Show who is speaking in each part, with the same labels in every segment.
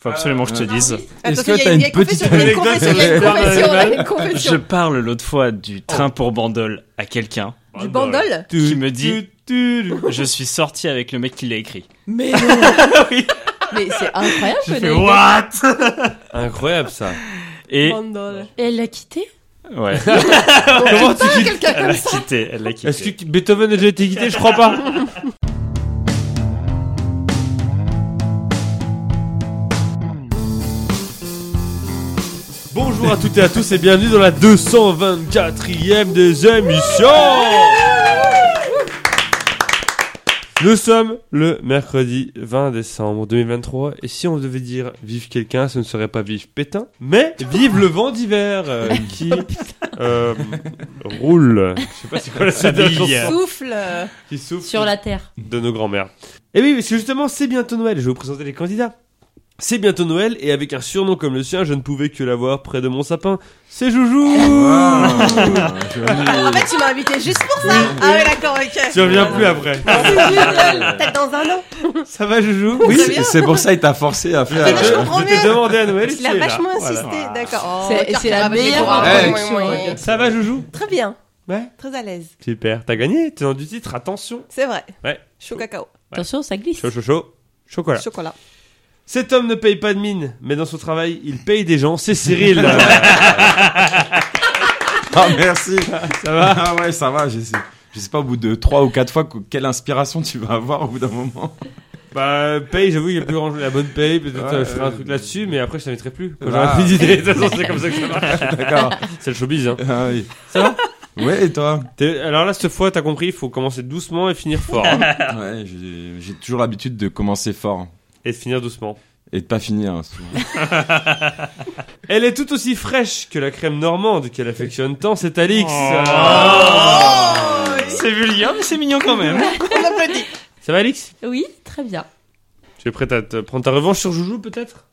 Speaker 1: Faut absolument que je te
Speaker 2: Euh,
Speaker 1: dise.
Speaker 3: Est-ce
Speaker 2: Attention,
Speaker 3: que
Speaker 2: il y a
Speaker 3: t'as une
Speaker 2: vieille confession, il y a une confession, il y a une confession, il y a une confession.
Speaker 1: Je parle l'autre fois
Speaker 2: Oh.
Speaker 1: du train pour Bandol à quelqu'un
Speaker 2: Du bandol
Speaker 1: qui me dit Je suis sorti avec le mec qui l'a écrit.
Speaker 3: Mais non
Speaker 2: Mais c'est incroyable,
Speaker 1: J'ai
Speaker 2: René.
Speaker 1: fait What
Speaker 3: Incroyable ça.
Speaker 1: Et.
Speaker 4: Et elle l'a quitté
Speaker 1: Ouais,
Speaker 3: Comment tu
Speaker 2: Ah,
Speaker 3: quittes
Speaker 2: quelqu'un
Speaker 1: elle
Speaker 2: comme
Speaker 1: l'a
Speaker 2: ça
Speaker 1: quitté. Elle l'a quitté.
Speaker 3: Est-ce que Beethoven a déjà été quitté Je crois pas. Bonjour à toutes et à tous et bienvenue dans la 224e des émissions Nous sommes le mercredi 20 décembre 2023 et si on devait dire vive quelqu'un, ce ne serait pas vive Pétain, mais vive le vent d'hiver euh, qui euh, roule. Je sais pas c'est quoi la suite de la
Speaker 1: Habille.
Speaker 3: chanson
Speaker 2: Souffle euh,
Speaker 3: qui souffle
Speaker 4: Sur la terre.
Speaker 3: de nos grands-mères. Et oui, parce que justement, c'est bientôt Noël. Je vais vous présenter les candidats. C'est bientôt Noël et avec un surnom comme le sien, je ne pouvais que l'avoir près de mon sapin. C'est Joujou.
Speaker 5: Ah,
Speaker 2: En fait, tu m'as invité juste pour ça Ah ouais, d'accord, ok.
Speaker 3: tu reviens plus après.
Speaker 2: C'est génial. Peut-être dans un an.
Speaker 3: Ça va Joujou
Speaker 2: Oui.
Speaker 5: C'est- C'est pour ça il t'a forcé à faire.
Speaker 2: Mais là, je
Speaker 5: euh,
Speaker 2: comprends
Speaker 3: Je t'ai
Speaker 2: mieux.
Speaker 3: demandé à Noël. et
Speaker 2: Il
Speaker 3: tu
Speaker 2: a
Speaker 3: es là.
Speaker 2: vachement
Speaker 3: Voilà.
Speaker 2: insisté, d'accord. Oh,
Speaker 4: C'est-
Speaker 2: car-
Speaker 4: c'est la
Speaker 2: car-
Speaker 4: meilleure
Speaker 2: car-
Speaker 5: réaction.
Speaker 2: Ouais, ouais, ouais.
Speaker 3: Ça va Joujou
Speaker 2: Très bien,
Speaker 3: Ouais.
Speaker 2: très à l'aise.
Speaker 3: Super. T'as gagné. T'es dans du titre. Attention.
Speaker 2: C'est vrai.
Speaker 3: Ouais.
Speaker 2: Chaud cacao.
Speaker 4: Attention, ça glisse.
Speaker 3: Chaud, chaud, chaud. Chocolat.
Speaker 2: Chocolat.
Speaker 3: Cet homme ne paye pas de mine, mais dans son travail, il paye des gens. C'est Cyril.
Speaker 5: Ah merci.
Speaker 3: Ça va
Speaker 5: Ah ouais, ça va. Je sais, je sais pas au bout de trois ou quatre fois que- quelle inspiration tu vas avoir au bout d'un moment.
Speaker 3: Bah, paye, j'avoue, il y a plus grand- la bonne paye, peut-être
Speaker 5: Ouais,
Speaker 3: euh, je ferai un
Speaker 5: euh,
Speaker 3: truc là-dessus, mais après je t'inviterai plus. Quand
Speaker 5: Ah.
Speaker 3: j'aurai plus d'idées, de toute façon, c'est comme ça que ça marche.
Speaker 5: D'accord.
Speaker 3: C'est le showbiz, hein.
Speaker 5: Ah oui.
Speaker 3: Ça va
Speaker 5: Ouais et toi
Speaker 3: T'es- Alors là, cette fois, t'as compris, il faut commencer doucement et finir fort. hein.
Speaker 5: Ouais, j'ai j'ai toujours l'habitude de commencer fort
Speaker 3: et de finir doucement.
Speaker 5: et de pas finir. hein, souvent.
Speaker 3: Elle est tout aussi fraîche que la crème normande qu'elle affectionne tant, c'est Alix.
Speaker 1: Oh.
Speaker 3: Ah. Oh!
Speaker 1: C'est vulgaire, mais c'est mignon quand même.
Speaker 2: On applaudit.
Speaker 3: Ça va, Alix
Speaker 4: Oui, très bien.
Speaker 3: Tu es prête à te prendre ta revanche sur Joujou, peut-être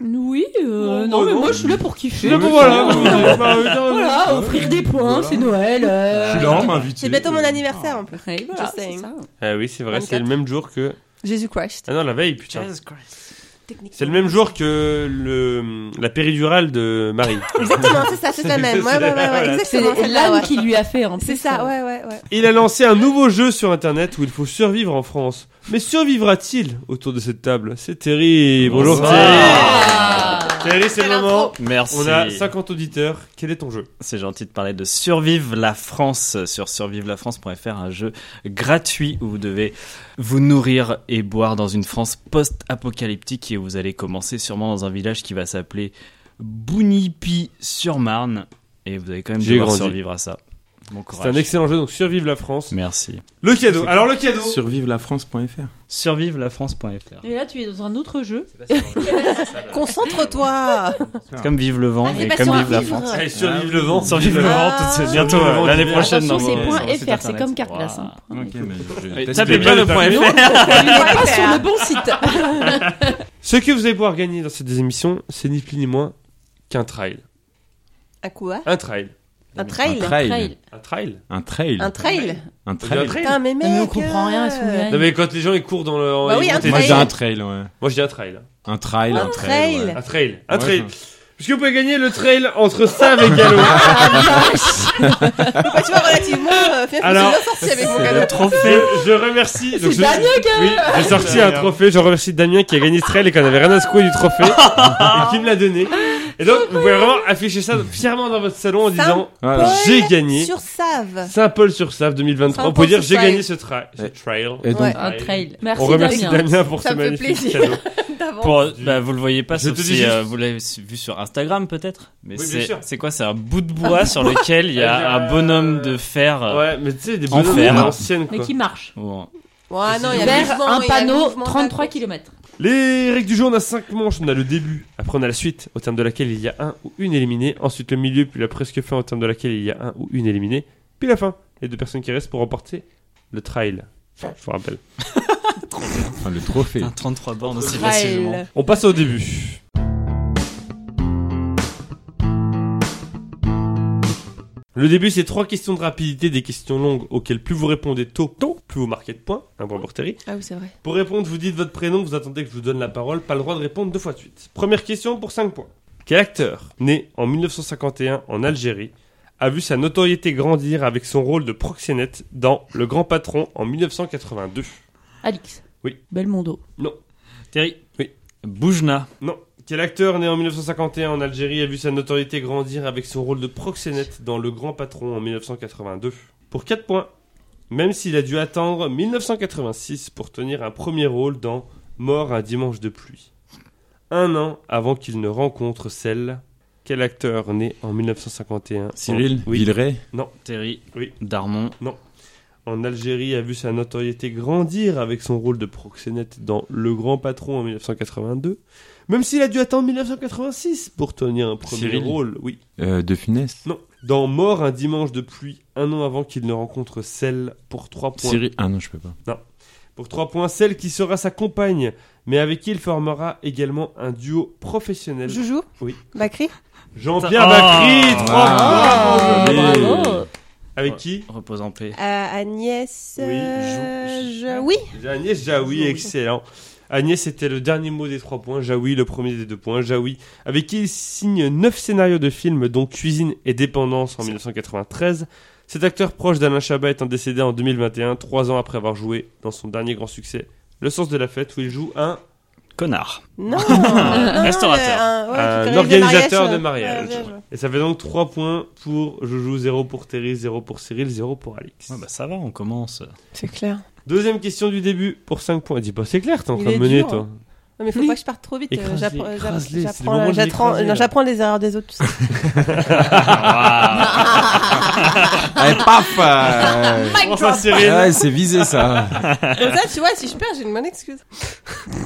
Speaker 4: Oui, euh,
Speaker 3: Bon,
Speaker 4: non,
Speaker 3: bah,
Speaker 4: mais
Speaker 3: non.
Speaker 4: moi je suis là pour kiffer.
Speaker 3: Non, bon, voilà. Bah, oui, non, non.
Speaker 4: Voilà, offrir des points,
Speaker 5: Voilà.
Speaker 4: c'est Noël. euh,
Speaker 5: Je suis là, on m'a invité.
Speaker 2: C'est bientôt mon anniversaire en plus.
Speaker 4: ouais, voilà,
Speaker 2: Just
Speaker 4: c'est
Speaker 2: saying.
Speaker 4: ça.
Speaker 3: Ah oui, c'est vrai, c'est le
Speaker 2: 24.
Speaker 3: même jour que.
Speaker 2: Jésus Christ.
Speaker 3: Ah non, la veille, putain.
Speaker 2: Techniquement.
Speaker 3: C'est le même jour que le, la péridurale de Marie.
Speaker 2: Exactement, c'est ça, c'est la même. Ouais, ouais, ouais, ouais.
Speaker 4: C'est
Speaker 2: Exactement, celle-là,
Speaker 4: l'âme
Speaker 2: ouais.
Speaker 4: qui lui a fait en plus.
Speaker 2: C'est ça,
Speaker 4: euh,
Speaker 2: ouais, ouais, ouais.
Speaker 3: Il a lancé un nouveau jeu sur internet où il faut survivre en France. Mais survivra-t-il autour de cette table C'est terrible. Bonjour
Speaker 1: Bonsoir.
Speaker 4: Ah.
Speaker 3: Thierry. Thierry, c'est
Speaker 2: Quelle
Speaker 3: le moment.
Speaker 1: Merci.
Speaker 3: On a 50 auditeurs. Quel est ton jeu
Speaker 1: C'est gentil de parler de Survive la France sur survivelafrance.fr, un jeu gratuit où vous devez vous nourrir et boire dans une France post-apocalyptique et vous allez commencer sûrement dans un village qui va s'appeler Bounipi-sur-Marne et vous allez quand même
Speaker 3: J'ai
Speaker 1: devoir
Speaker 3: grandi.
Speaker 1: survivre à ça. Bon
Speaker 3: C'est un
Speaker 1: courage.
Speaker 3: excellent jeu, donc survive la France.
Speaker 1: Merci.
Speaker 3: Le cadeau. Alors le cadeau.
Speaker 5: Survivelafrance.fr.
Speaker 1: Survivelafrance.fr.
Speaker 4: Et là, tu es dans un autre jeu.
Speaker 2: Concentre-toi.
Speaker 1: C'est comme Vive le vent
Speaker 4: Ah, c'est
Speaker 1: et
Speaker 4: pas
Speaker 1: comme
Speaker 4: sur
Speaker 1: Vive la
Speaker 4: vivre.
Speaker 1: France.
Speaker 3: Allez, survive le vent.
Speaker 1: Survive le vent,
Speaker 2: Ah.
Speaker 1: tout de suite. bientôt
Speaker 3: Survive le vent
Speaker 1: euh, l'année
Speaker 3: d'hiver.
Speaker 1: prochaine.
Speaker 4: Attention, c'est
Speaker 1: dans-
Speaker 4: point
Speaker 1: sur le site
Speaker 4: FR, c'est
Speaker 1: internet.
Speaker 4: comme carte glace, hein.
Speaker 5: Ok, mais je- je
Speaker 1: Et
Speaker 5: teste
Speaker 1: Tapez
Speaker 5: les-
Speaker 1: bien le point FR.
Speaker 4: On n'est pas
Speaker 2: faire.
Speaker 4: sur le bon site.
Speaker 3: Ce que vous allez pouvoir gagner dans cette émission, c'est ni plus ni moins qu'un trail.
Speaker 2: Un quoi
Speaker 3: Un trail.
Speaker 2: Un
Speaker 5: Un
Speaker 2: trail
Speaker 5: trail.
Speaker 3: Un trail.
Speaker 5: Un trail.
Speaker 2: Un trail
Speaker 5: Un
Speaker 3: Un
Speaker 5: trail.
Speaker 3: trail.
Speaker 2: Putain, mais mec.
Speaker 4: Mais on comprend rien à ce
Speaker 2: euh,
Speaker 4: gars.
Speaker 3: Non mais quand les gens ils courent dans le. en-
Speaker 2: Bah
Speaker 3: ils
Speaker 2: oui,
Speaker 3: vont
Speaker 2: un
Speaker 3: t'aider.
Speaker 5: Moi
Speaker 2: trail.
Speaker 5: j'ai un trail, ouais.
Speaker 3: Moi je dis un trail.
Speaker 5: Un trail,
Speaker 2: Un
Speaker 5: un trail.
Speaker 2: trail.
Speaker 5: ouais.
Speaker 3: Un trail. Un
Speaker 5: Ouais,
Speaker 3: trail.
Speaker 5: ça-
Speaker 3: Parce que vous pouvez gagner le trail entre Save et Gallo.
Speaker 2: Bah, tu vois, relativement, euh, finalement,
Speaker 3: Alors,
Speaker 2: je suis bien sorti avec mon cadeau.
Speaker 1: Le trophée.
Speaker 3: Je, je remercie. donc, je-
Speaker 4: Damien qui a-
Speaker 3: Oui, j'ai sorti un trophée. Je remercie Damien qui a gagné ce trail et qu'on avait rien à secouer du trophée et qui me l'a donné. Et donc, vous pouvez vraiment afficher ça fièrement dans votre salon en disant
Speaker 5: Voilà.
Speaker 3: J'ai gagné
Speaker 2: Sur Save.
Speaker 3: Saint-Paul-sur-Save 2023. Vous pouvez dire J'ai gagné ce, trail. ce
Speaker 5: Ouais.
Speaker 3: trail.
Speaker 5: Et donc,
Speaker 2: Ouais.
Speaker 4: Un trail. Merci,
Speaker 3: On remercie
Speaker 4: Damien.
Speaker 3: Damien, pour
Speaker 2: Ça
Speaker 3: ce
Speaker 2: me fait
Speaker 3: magnifique
Speaker 2: plaisir.
Speaker 3: cadeau.
Speaker 2: D'avance.
Speaker 1: Pour, bah, vous le voyez pas,
Speaker 3: Je
Speaker 1: sauf
Speaker 3: te
Speaker 1: si
Speaker 3: dis
Speaker 1: euh,
Speaker 3: juste.
Speaker 1: vous l'avez su- vu sur Instagram peut-être. Mais
Speaker 3: Oui, bien
Speaker 1: c'est
Speaker 3: sûr.
Speaker 1: c'est quoi C'est un bout de bois sur lequel il y a
Speaker 3: Avec,
Speaker 1: un
Speaker 3: euh,
Speaker 1: bonhomme de fer. euh,
Speaker 3: Ouais, mais tu sais, des
Speaker 1: En
Speaker 3: bonhommes
Speaker 1: fer.
Speaker 3: à l'ancienne
Speaker 4: Mais
Speaker 3: quoi.
Speaker 4: qui marche.
Speaker 1: bon.
Speaker 2: Ouais, non, il y a
Speaker 4: Vers
Speaker 2: mouvement,
Speaker 4: un
Speaker 2: il y a
Speaker 4: panneau,
Speaker 2: mouvement,
Speaker 4: 33
Speaker 2: d'accord.
Speaker 4: km.
Speaker 3: Les règles du jeu, on a 5 manches. On a le début, après on a la suite, au terme de laquelle il y a un ou une éliminée. Ensuite le milieu, puis la presque fin, au terme de laquelle il y a un ou une éliminée. Puis la fin, les deux personnes qui restent pour remporter le trail. Je vous rappelle.
Speaker 5: enfin, le trophée.
Speaker 1: Un 33 bornes aussi facilement.
Speaker 2: Trail.
Speaker 3: On passe au début. Le début, c'est trois questions de rapidité, des questions longues auxquelles plus vous répondez tôt, tôt plus vous marquez de points. Un point pour Terry.
Speaker 2: Ah oui, c'est vrai.
Speaker 3: Pour répondre, vous dites votre prénom, vous attendez que je vous donne la parole, pas le droit de répondre deux fois de suite. Première question pour 5 points. Quel acteur, né en 1951 en Algérie, a vu sa notoriété grandir avec son rôle de proxénète dans Le Grand Patron en 1982
Speaker 4: Alix.
Speaker 3: Oui.
Speaker 4: Belmondo.
Speaker 1: Terry.
Speaker 3: Oui.
Speaker 1: Boujna.
Speaker 3: Non. Quel acteur né en 1951 en Algérie a vu sa notoriété grandir avec son rôle de proxénète dans Le Grand Patron en 1982 Pour 4 points. Même s'il a dû attendre 1986 pour tenir un premier rôle dans Mort un dimanche de pluie. Un an avant qu'il ne rencontre celle. Quel acteur né en 1951
Speaker 5: Cyril
Speaker 3: Oui.
Speaker 5: Villeray
Speaker 1: Terry.
Speaker 3: Oui.
Speaker 1: Darmon.
Speaker 3: en Algérie a vu sa notoriété grandir avec son rôle de proxénète dans Le Grand Patron en 1982, même s'il a dû attendre 1986 pour tenir un premier
Speaker 5: Cyril.
Speaker 3: rôle, oui.
Speaker 5: euh, de Funès
Speaker 3: Non, dans Mort un dimanche de pluie, un an avant qu'il ne rencontre celle pour 3 points.
Speaker 5: Cyril Ah non, je peux pas.
Speaker 3: Pour 3 points, celle qui sera sa compagne, mais avec qui il formera également un duo professionnel.
Speaker 2: Joujou
Speaker 3: Oui.
Speaker 2: Bakri
Speaker 3: Jean-Pierre
Speaker 1: Oh.
Speaker 3: Bacri, 3
Speaker 5: Ah,
Speaker 3: points
Speaker 5: joli.
Speaker 4: bravo.
Speaker 3: Avec qui
Speaker 1: Repose en paix.
Speaker 2: Euh, Agnès.
Speaker 3: Oui,
Speaker 2: euh,
Speaker 1: Jou-
Speaker 2: je- Oui,
Speaker 3: Agnès Jaoui, excellent. Agnès était le dernier mot des trois points, Jaoui le premier des deux points, Jaoui, avec qui il signe neuf scénarios de films dont Cuisine et Dépendance en 1993. Cet acteur proche d'Alain Chabat étant décédé en 2021, trois ans après avoir joué dans son dernier grand succès, Le Sens de la Fête, où il joue un,
Speaker 1: Connard.
Speaker 2: Non,
Speaker 3: Ah.
Speaker 2: non,
Speaker 1: Restaurateur.
Speaker 2: euh, un, ouais,
Speaker 3: un
Speaker 2: qui organise des
Speaker 3: organisateur de
Speaker 2: mariages,
Speaker 3: mariage.
Speaker 2: euh, ouais, bien joué.
Speaker 3: Et ça fait donc trois points pour Joujou, 0 pour Terry, 0 pour Cyril, 0 pour Alix.
Speaker 1: Ouais, bah ça va, on commence.
Speaker 2: C'est clair.
Speaker 3: Deuxième question du début pour 5 points. Dis pas c'est clair, t'es en
Speaker 2: Il
Speaker 3: train de
Speaker 2: est
Speaker 3: mener
Speaker 2: dur. hein.
Speaker 3: toi.
Speaker 2: Non, mais faut
Speaker 3: Oui.
Speaker 2: pas que je parte trop vite. euh,
Speaker 3: Écrase-les,
Speaker 2: j'appre- j'app-
Speaker 3: écrase-les, c'est le
Speaker 2: j'apprends-
Speaker 3: moment de
Speaker 2: j'apprends-
Speaker 3: l'écraser,
Speaker 2: non,
Speaker 3: là.
Speaker 2: J'apprends les erreurs des autres. tu sais.
Speaker 1: Waouh.
Speaker 5: Allez, paf euh,
Speaker 4: Mic
Speaker 3: Enfin,
Speaker 4: drop.
Speaker 3: Cyril.
Speaker 5: Ouais, c'est visé ça.
Speaker 2: Comme ça, tu vois, si je perds, j'ai une bonne excuse.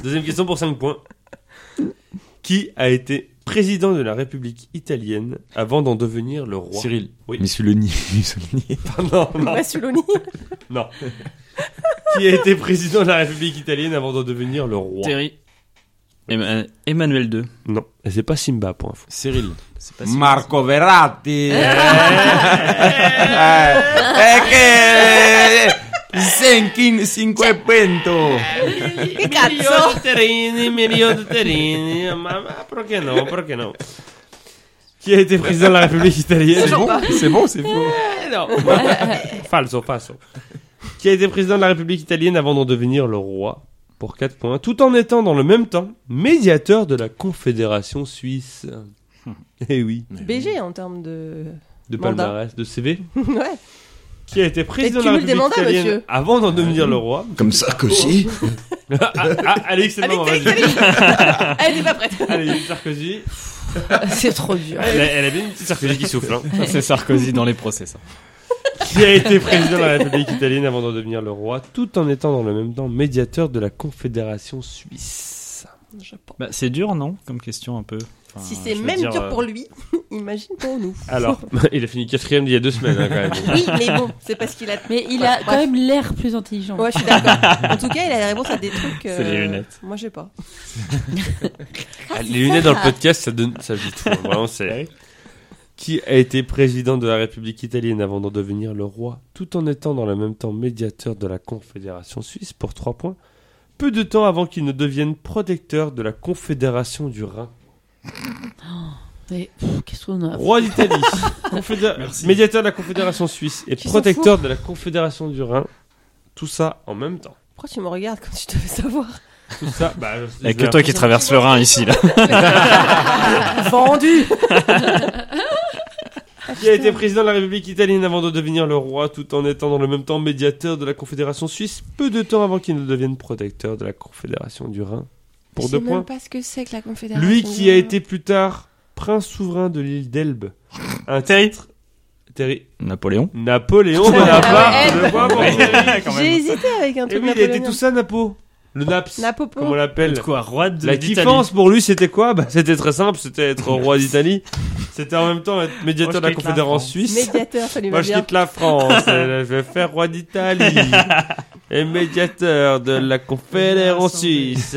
Speaker 3: Deuxième question pour 5 points. Qui a été président de la République italienne avant d'en devenir le roi
Speaker 5: Cyril.
Speaker 3: Oui.
Speaker 5: Mussolini. Mussolini.
Speaker 3: Non, non,
Speaker 2: Massuloni.
Speaker 3: non. Qui a été président de la République italienne avant d'en devenir le roi
Speaker 1: Terry. Emma- Emmanuel 2.
Speaker 3: Non, et c'est pas Simba pour info.
Speaker 5: Cyril.
Speaker 1: C'est pas si-
Speaker 5: Marco Verratti. Eh, eh, che- Cinqui- cinquecento.
Speaker 2: Che cazzo
Speaker 3: Terini, Emilio Terini. Mamma, pourquoi non, pourquoi non Qui a été président de la République italienne
Speaker 5: C'est bon, c'est bon, c'est faux.
Speaker 3: Non. falso, falso. Qui a été président de la République italienne avant d'en devenir le roi pour 4 points, tout en étant dans le même temps médiateur de la Confédération suisse.
Speaker 5: Hmm.
Speaker 3: Eh oui,
Speaker 2: BG en termes de.
Speaker 3: de
Speaker 2: Mandat.
Speaker 3: palmarès, de CV.
Speaker 2: Ouais.
Speaker 3: Qui a été président
Speaker 2: Et
Speaker 3: de la
Speaker 2: cumul des
Speaker 3: République
Speaker 2: mandats,
Speaker 3: italienne
Speaker 2: monsieur.
Speaker 3: avant d'en devenir le roi.
Speaker 5: Comme Sarkozy.
Speaker 3: ah, ah, Alex, c'est le
Speaker 2: Allez,
Speaker 3: moment,
Speaker 2: allez,
Speaker 3: vas-y.
Speaker 2: allez. Elle n'est pas prête.
Speaker 1: Ah,
Speaker 3: Allez, Sarkozy.
Speaker 4: C'est trop dur.
Speaker 3: Elle a, elle a bien une petite Sarkozy qui souffle. hein.
Speaker 1: Ça, C'est Sarkozy dans les procès, ça.
Speaker 3: qui a été président de la République italienne avant d'en devenir le roi, tout en étant dans le même temps médiateur de la Confédération suisse.
Speaker 2: Je pense.
Speaker 1: Bah, c'est dur, non Comme question un peu. Enfin,
Speaker 2: Si c'est
Speaker 1: je veux
Speaker 2: même
Speaker 1: dire,
Speaker 2: dur
Speaker 1: euh,
Speaker 2: pour lui, imagine pour nous.
Speaker 3: Alors, il a fini quatrième il y a deux semaines, hein, quand même.
Speaker 2: Oui, mais bon, c'est parce qu'il a.
Speaker 4: Mais il a quand même l'air plus intelligent.
Speaker 2: Ouais, je suis d'accord. En tout cas, il a des réponses à des trucs. euh,
Speaker 1: C'est les lunettes.
Speaker 2: Moi, j'ai pas.
Speaker 3: les lunettes dans le podcast, ça donne, ça joue tout. Vraiment, c'est. Qui a été président de la République italienne avant d'en devenir le roi, tout en étant dans le même temps médiateur de la Confédération suisse pour trois points, peu de temps avant qu'il ne devienne protecteur de la Confédération du Rhin.
Speaker 4: Mais, pff, Qu'est-ce qu'on a
Speaker 3: Roi d'Italie, confédé-
Speaker 1: Merci.
Speaker 3: médiateur de la Confédération suisse et
Speaker 4: Qui s'en
Speaker 3: protecteur de la Confédération du Rhin. Tout ça en même temps.
Speaker 2: Pourquoi tu me regardes quand tu devais savoir
Speaker 3: Tout ça, bah, je-
Speaker 1: Avec
Speaker 3: je-
Speaker 1: que toi qui traverse le Rhin ici, là.
Speaker 2: Vendu
Speaker 3: qui a été président de la République italienne avant de devenir le roi, tout en étant dans le même temps médiateur de la Confédération suisse, peu de temps avant qu'il ne devienne protecteur de la Confédération du Rhin. Pour deux points.
Speaker 2: pas ce que c'est que la Confédération.
Speaker 3: Lui qui a été plus tard prince souverain de l'île d'Elbe. Un titre. Terry.
Speaker 1: Napoléon.
Speaker 3: Napoléon Bonaparte.
Speaker 2: Ah ouais,
Speaker 3: Deux points pour
Speaker 1: Ouais.
Speaker 3: Terry.
Speaker 2: J'ai hésité avec un
Speaker 3: Et
Speaker 2: truc.
Speaker 3: Eh oui, il a été tout ça, Napo. Le Naps.
Speaker 2: Napopo.
Speaker 3: Comme on l'appelle.
Speaker 1: Quoi, roi de
Speaker 3: La
Speaker 1: l'Italie.
Speaker 3: kiffance pour lui, c'était quoi bah, C'était très simple, c'était être roi d'Italie. C'était en même temps être médiateur
Speaker 1: Moi, je
Speaker 3: de la
Speaker 1: quitte la
Speaker 3: Confédération
Speaker 1: France.
Speaker 3: suisse.
Speaker 2: Médiateur, ça lui
Speaker 3: Moi,
Speaker 2: va
Speaker 3: je
Speaker 2: bien.
Speaker 3: quitte la France. euh, je vais faire roi d'Italie. Et médiateur de la Confédération suisse.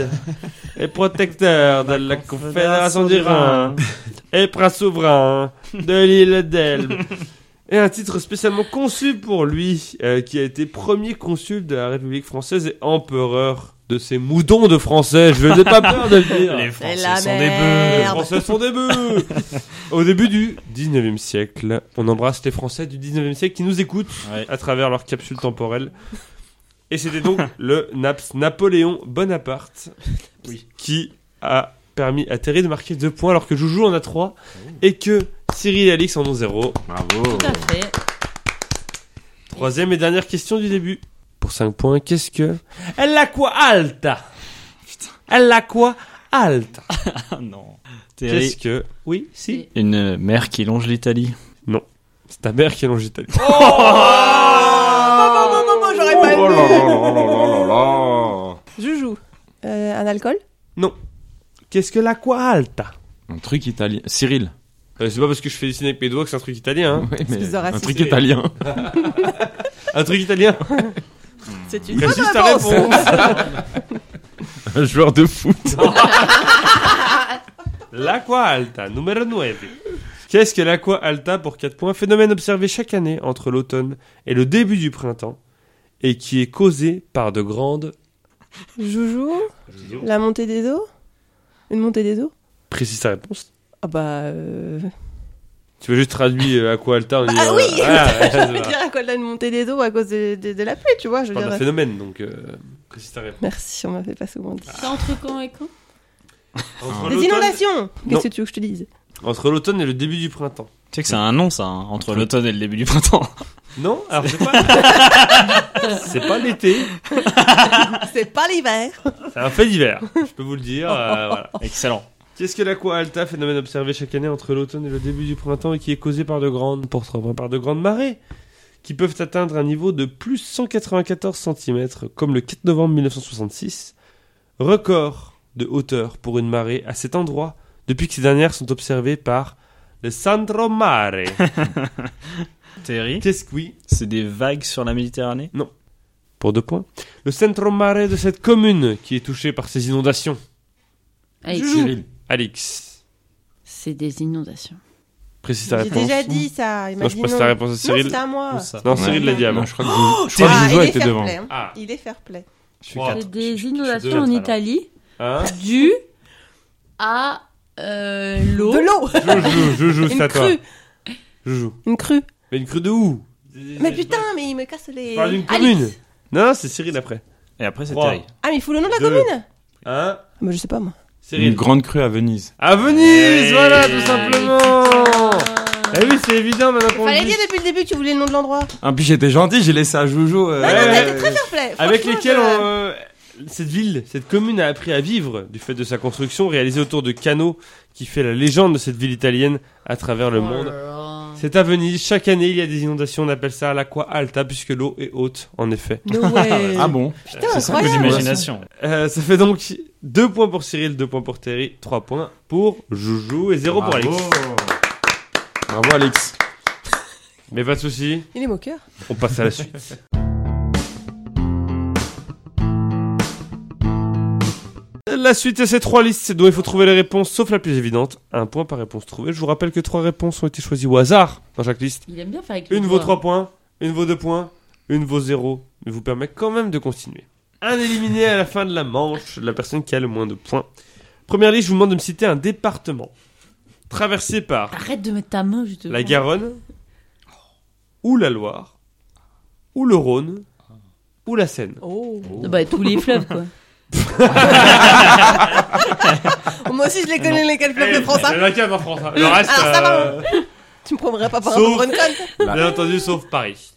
Speaker 3: Et protecteur de la Confédération du Rhin. Et prince souverain de l'île d'Elbe. et un titre spécialement conçu pour lui, euh, qui a été premier consul de la République française et empereur de ces moudons de français. Je n'ai pas peur de le dire.
Speaker 1: Les
Speaker 2: C'est
Speaker 1: Français
Speaker 2: la
Speaker 1: sont des
Speaker 3: Les
Speaker 1: bœufs.
Speaker 2: merde. Oh,
Speaker 3: Français sont des bœufs Au début du 19e siècle, on embrasse les Français du 19e siècle qui nous écoutent
Speaker 1: Ouais.
Speaker 3: à travers leur capsule temporelle. Et c'était donc le Naps Napoléon Bonaparte qui a permis à Terry de marquer deux points alors que Joujou en a trois et que Cyril et Alix en ont zéro.
Speaker 5: Bravo.
Speaker 4: Tout à fait.
Speaker 3: Troisième et dernière question du début. Pour 5 points, qu'est-ce que... L'acqua alta L'acqua alta
Speaker 1: Ah non. Terry.
Speaker 3: Qu'est-ce que... Oui, si
Speaker 1: Une mer qui longe l'Italie.
Speaker 3: C'est ta mère qui longe l'Italie.
Speaker 2: Maman, maman, maman, j'aurais
Speaker 5: Oh
Speaker 2: pas
Speaker 5: là là
Speaker 2: aimé.
Speaker 5: là là là là là.
Speaker 2: Joujou. Euh, un alcool
Speaker 3: Qu'est-ce que l'acqua alta
Speaker 5: Un truc italien. Cyril.
Speaker 3: Euh, C'est pas parce que je fais des signes avec mes doigts que c'est un truc italien. Hein.
Speaker 5: Oui, mais
Speaker 2: qu'ils ont
Speaker 5: un
Speaker 2: racisé.
Speaker 5: truc italien.
Speaker 3: un truc italien.
Speaker 2: C'est une
Speaker 3: Il
Speaker 2: bonne
Speaker 3: juste ta réponse.
Speaker 5: un joueur de foot.
Speaker 3: L'acqua alta, numéro 9. Qu'est-ce que l'acqua alta pour 4 points Phénomène observé chaque année entre l'automne et le début du printemps et qui est causé par de grandes...
Speaker 2: Joujou. La montée des eaux Une montée des eaux
Speaker 3: Précise ta réponse.
Speaker 2: Ah bah. Euh...
Speaker 3: Tu veux juste traduire euh, aqua alta en
Speaker 2: Ah
Speaker 3: disant,
Speaker 2: oui
Speaker 3: euh, voilà,
Speaker 2: Je veux
Speaker 3: voilà.
Speaker 2: dire à quoi de la une montée des eaux à cause de, de- de la pluie, tu vois.
Speaker 3: Je
Speaker 2: Je veux
Speaker 3: parle d'un
Speaker 2: dire.
Speaker 3: phénomène, donc... euh, Précise ta réponse.
Speaker 2: Merci, on m'a fait pas souvent dire.
Speaker 4: C'est entre quand et quand
Speaker 3: Entre
Speaker 2: Les
Speaker 3: l'automne-
Speaker 2: inondations Qu'est-ce que tu veux que je te dise
Speaker 3: Entre l'automne et le début du printemps.
Speaker 1: Tu sais que c'est un nom, ça, hein, entre l'automne et le début du printemps.
Speaker 3: Non, alors c'est pas. c'est pas l'été,
Speaker 2: Ah, C'est pas l'hiver
Speaker 3: c'est un fait d'hiver, je peux vous le dire. euh, voilà.
Speaker 1: Excellent.
Speaker 3: Qu'est-ce que l'aqua alta, phénomène observé chaque année entre l'automne et le début du printemps et qui est causé par de grandes, pour trois points, par de grandes marées qui peuvent atteindre un niveau de plus 194 cm, comme le 4 novembre 1966, record de hauteur pour une marée à cet endroit depuis que ces dernières sont observées par le Sandro Mare.
Speaker 1: Terry.
Speaker 3: Qu'est-ce que oui
Speaker 1: C'est des vagues sur la Méditerranée.
Speaker 3: Pour deux points. Le centro mare de cette commune qui est touchée par ces inondations.
Speaker 4: Allez,
Speaker 5: Cyril.
Speaker 3: Alix,
Speaker 4: C'est des inondations.
Speaker 3: précise ta
Speaker 2: J'ai
Speaker 3: réponse.
Speaker 2: déjà dit ça, il m'a
Speaker 3: Non, je
Speaker 2: dit
Speaker 3: passe
Speaker 2: non.
Speaker 3: ta réponse à Cyril.
Speaker 2: Non, c'est à moi
Speaker 1: Où ça
Speaker 3: Non, Cyril l'a dit avant.
Speaker 5: Non, je crois que vous- je
Speaker 1: Terry.
Speaker 5: crois que
Speaker 2: Ah,
Speaker 5: Jojo
Speaker 2: il est
Speaker 5: était
Speaker 2: fair
Speaker 5: devant.
Speaker 2: play, hein.
Speaker 3: Ah,
Speaker 2: Il est fair play.
Speaker 1: Je suis
Speaker 3: Trois.
Speaker 1: quatre.
Speaker 4: C'est des
Speaker 3: je suis
Speaker 4: inondations en
Speaker 3: deux, alors.
Speaker 4: Italie
Speaker 3: hein
Speaker 4: dues à euh, l'eau.
Speaker 2: De l'eau
Speaker 3: Joujou, Joujou, c'est
Speaker 2: Une
Speaker 3: à toi.
Speaker 2: crue
Speaker 3: Joujou.
Speaker 2: Une crue
Speaker 3: Mais une crue de où
Speaker 2: Mais putain, mais il me casse les...
Speaker 3: Je parle d'une
Speaker 4: Alix.
Speaker 3: commune. Non, non, c'est Cyril après.
Speaker 1: Et après, c'est
Speaker 3: Trois.
Speaker 1: Terry.
Speaker 2: Ah, mais il faut le nom de la
Speaker 3: Deux.
Speaker 2: commune
Speaker 3: Hein
Speaker 2: Ah, Bah je sais pas, moi.
Speaker 5: Une
Speaker 3: Cyril.
Speaker 5: grande crue à Venise.
Speaker 3: À Venise,
Speaker 1: Ouais.
Speaker 3: voilà, tout simplement. Ah oui, c'est évident maintenant qu'on
Speaker 2: Fallait
Speaker 3: le dit.
Speaker 2: dire depuis le début que tu voulais le nom de l'endroit.
Speaker 5: Ah, puis j'étais gentil, j'ai laissé à Jojo. euh,
Speaker 2: Non, non,
Speaker 3: Ouais.
Speaker 2: t'as été très fair play
Speaker 3: Avec
Speaker 2: Franchement,
Speaker 3: lesquels
Speaker 2: je-
Speaker 3: on, euh, cette ville, cette commune a appris à vivre du fait de sa construction réalisée autour de canaux qui fait la légende de cette ville italienne à travers
Speaker 4: Oh
Speaker 3: le monde. C'est à Venise, chaque année il y a des inondations, on appelle ça l'aqua alta puisque l'eau est haute en effet.
Speaker 2: No way
Speaker 5: Ah bon
Speaker 2: Putain,
Speaker 1: C'est ça que
Speaker 2: incroyable.
Speaker 1: l'imagination.
Speaker 3: Euh, ça fait donc 2 points pour Cyril, 2 points pour Terry, 3 points pour Joujou et 0 pour Alex.
Speaker 5: Bravo Alex.
Speaker 3: Mais pas de soucis,
Speaker 2: Il est moqueur.
Speaker 3: on passe à la suite. La suite, c'est trois listes dont il faut trouver les réponses, sauf la plus évidente. Un point par réponse trouvée. Je vous rappelle que trois réponses ont été choisies au hasard dans chaque liste.
Speaker 4: Il aime bien faire avec les
Speaker 3: Une vaut
Speaker 4: doigts.
Speaker 3: 3 points, une vaut 2 points, une vaut 0, mais vous permet quand même de continuer. Un éliminé à la fin de la manche, la personne qui a le moins de points. Première liste, je vous demande de me citer un département traversé par
Speaker 4: Arrête de mettre ta main, je te.
Speaker 3: la Garonne, ou la Loire, ou le Rhône, ou la Seine.
Speaker 2: Oh.
Speaker 4: Bah, tous les fleuves, quoi.
Speaker 2: Oh, Moi aussi, je les connais, les quatre clubs de France. hein.
Speaker 3: Le laquelle en France. hein. Eh, Le reste,
Speaker 2: Alors, ça va, hein.
Speaker 3: euh,
Speaker 2: Tu me prendrais pas par
Speaker 3: Sauf-
Speaker 2: rapport une conne
Speaker 3: bien entendu, sauf Paris.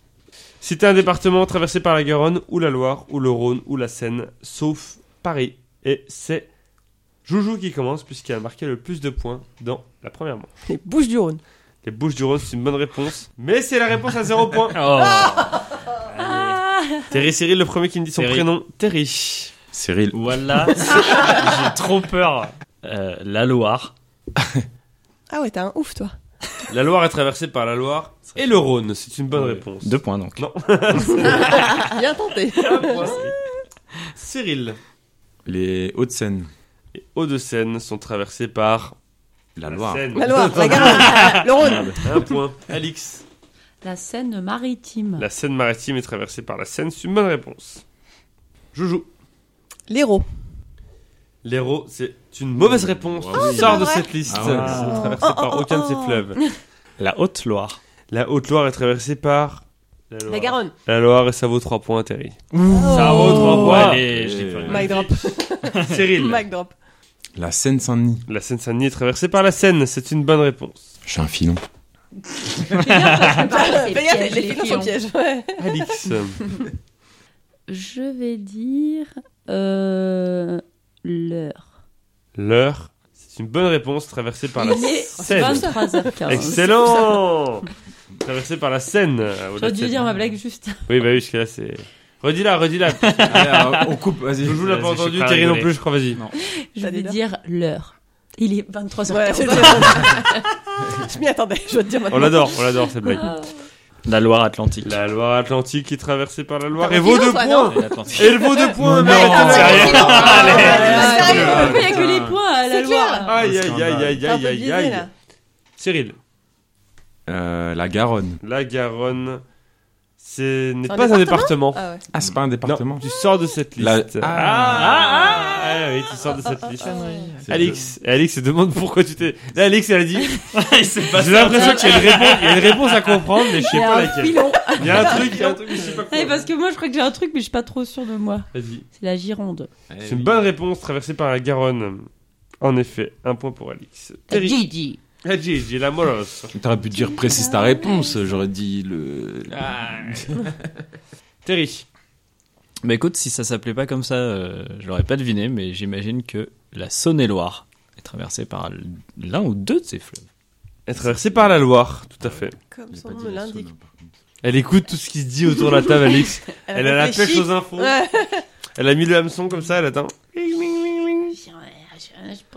Speaker 3: Citer un département traversé par la Garonne, ou la Loire, ou le Rhône, ou la Seine, sauf Paris. Et c'est Joujou qui commence, puisqu'il a marqué le plus de points dans la première manche.
Speaker 2: Les Bouches du Rhône.
Speaker 3: Les Bouches du Rhône, c'est une bonne réponse, mais c'est la réponse à zéro point.
Speaker 1: Oh.
Speaker 2: Ah.
Speaker 3: Terry Cyril, le premier qui me dit son
Speaker 1: Terry.
Speaker 3: prénom, Terry.
Speaker 5: Cyril.
Speaker 1: Voilà. J'ai trop peur. Euh, la Loire.
Speaker 2: Ah ouais, t'es un ouf, toi.
Speaker 3: La Loire est traversée par la Loire et le Rhône, c'est une bonne
Speaker 1: Ouais.
Speaker 3: réponse.
Speaker 1: Deux points donc.
Speaker 2: Ah, Bien tenté.
Speaker 3: Cyril.
Speaker 5: Les Hauts-de-Seine.
Speaker 3: Les Hauts-de-Seine sont traversés par
Speaker 5: La Loire.
Speaker 3: Seine.
Speaker 2: La Loire, la Garonne, le Rhône.
Speaker 3: Un point. Alix.
Speaker 4: La Seine maritime.
Speaker 3: La Seine maritime est traversée par la Seine. C'est une bonne réponse. Joujou.
Speaker 2: L'héros.
Speaker 3: L'Hérault, c'est une mauvaise réponse.
Speaker 5: Ah,
Speaker 3: On
Speaker 5: c'est
Speaker 3: Sort
Speaker 2: pas
Speaker 3: de
Speaker 2: vrai
Speaker 3: cette liste.
Speaker 5: Ah ouais.
Speaker 3: C'est
Speaker 5: Oh.
Speaker 3: traversé
Speaker 2: Oh,
Speaker 3: par
Speaker 2: oh,
Speaker 3: aucun de ces
Speaker 2: oh.
Speaker 3: fleuves.
Speaker 1: La Haute-Loire.
Speaker 3: La Haute-Loire est traversée par la Loire.
Speaker 2: La Garonne.
Speaker 3: La Loire et ça vaut 3 points, Terry.
Speaker 2: Ça
Speaker 3: vaut trois
Speaker 1: Oh,
Speaker 3: points.
Speaker 1: allez, je dis plus rien.
Speaker 2: Mic drop.
Speaker 3: Cyril.
Speaker 2: Mic drop.
Speaker 5: La Seine-Saint-Denis.
Speaker 3: La Seine-Saint-Denis est traversée par la Seine. C'est une bonne réponse.
Speaker 5: Je suis un filon.
Speaker 4: Les
Speaker 2: Fais gaffe,
Speaker 4: pièges, les
Speaker 2: les filons sont
Speaker 4: pions.
Speaker 2: pièges. ouais.
Speaker 3: Alix.
Speaker 4: Je vais dire euh, l'heure.
Speaker 3: L'heure. C'est une bonne réponse traversée par la
Speaker 4: Il est
Speaker 3: Seine.
Speaker 4: 23h15.
Speaker 3: Excellent Traversée par la Seine. euh, au-delà
Speaker 4: J'aurais
Speaker 3: de
Speaker 4: dû
Speaker 3: Seine.
Speaker 4: dire ma blague juste.
Speaker 3: Oui, bah oui, parce que là, c'est... Redis-la, redis-la.
Speaker 5: Allez, alors, on coupe, vas-y.
Speaker 3: Joujou l'a pas
Speaker 1: Vas-y, je suis
Speaker 3: entendu,
Speaker 1: prêt à
Speaker 3: Terry non
Speaker 1: rigoler.
Speaker 3: plus, je crois, vas-y.
Speaker 1: Non.
Speaker 4: Je
Speaker 2: T'as
Speaker 4: vais
Speaker 2: dit l'heure
Speaker 4: dire l'heure. Il est
Speaker 2: Ouais, c'est
Speaker 4: 23h15.
Speaker 2: ça. Je m'y attendais, je dois te dire
Speaker 3: On
Speaker 2: maintenant.
Speaker 3: l'adore, on l'adore, cette blague.
Speaker 1: La Loire-Atlantique.
Speaker 3: La Loire-Atlantique est traversée par la Loire
Speaker 2: T'as
Speaker 3: et vaut
Speaker 2: raison,
Speaker 3: deux
Speaker 2: toi,
Speaker 3: points.
Speaker 1: Et l'Atlantique.
Speaker 3: Elle vaut deux points. mais
Speaker 5: non,
Speaker 3: arrêtez-la.
Speaker 5: sérieux
Speaker 2: Allez.
Speaker 4: Ah, sérieux,
Speaker 2: Allez.
Speaker 4: pourquoi il y a que les points à la
Speaker 2: C'est clair.
Speaker 4: loi.
Speaker 3: Aïe aïe aïe aïe
Speaker 2: T'es un peu
Speaker 3: aïe aïe
Speaker 2: biaisé,
Speaker 3: aïe.
Speaker 2: là.
Speaker 3: Cyril,
Speaker 5: Euh, la Garonne.
Speaker 3: la Garonne, ce n'est
Speaker 2: C'est un
Speaker 3: pas un département.
Speaker 2: Ah ouais.
Speaker 5: Ah, c'est pas un département
Speaker 3: Non, tu sors de cette
Speaker 5: La-
Speaker 3: liste.
Speaker 5: Ah.
Speaker 3: Ah, ah, ah, oui, tu sors de cette liste.
Speaker 5: C'est-
Speaker 3: Alix, et Alix se demande pourquoi tu t'es. Là, Alix, elle a dit.
Speaker 1: Il s'est passé
Speaker 3: J'ai l'impression qu'il y, a une réponse- il y a une réponse à comprendre, mais je sais
Speaker 4: Il y
Speaker 3: pas
Speaker 4: a un
Speaker 3: laquelle.
Speaker 4: filon.
Speaker 3: Il y a un truc, il y a un truc, mais je sais pas quoi.
Speaker 4: Eh, parce que moi, je crois que j'ai un truc, mais je suis pas trop sûre de moi.
Speaker 3: Vas-y.
Speaker 4: C'est la Gironde.
Speaker 5: Eh
Speaker 3: C'est une
Speaker 5: oui.
Speaker 3: bonne réponse traversée par la Garonne. En effet, un point pour Alix. Terry.
Speaker 4: Gigi.
Speaker 3: Ah, Gigi, la Moros.
Speaker 5: T'aurais pu dire précise ta réponse, j'aurais dit le.
Speaker 1: Ah.
Speaker 3: Terry.
Speaker 1: Bah écoute, si ça s'appelait pas comme ça, euh, je l'aurais pas deviné, mais j'imagine que la Saône-et-Loire est traversée par l- l'un ou deux de ces fleuves.
Speaker 3: Est traversée par la Loire, tout à fait.
Speaker 2: Comme
Speaker 5: J'ai
Speaker 2: son
Speaker 5: pas
Speaker 2: nom
Speaker 5: dit
Speaker 2: me
Speaker 5: la
Speaker 2: l'indique.
Speaker 5: Saône, par contre.
Speaker 3: Elle écoute tout ce qui se dit autour de la table, Alix. Elle a la pêche aux infos.
Speaker 2: Ouais.
Speaker 3: Elle a mis le hameçon comme ça, elle attend.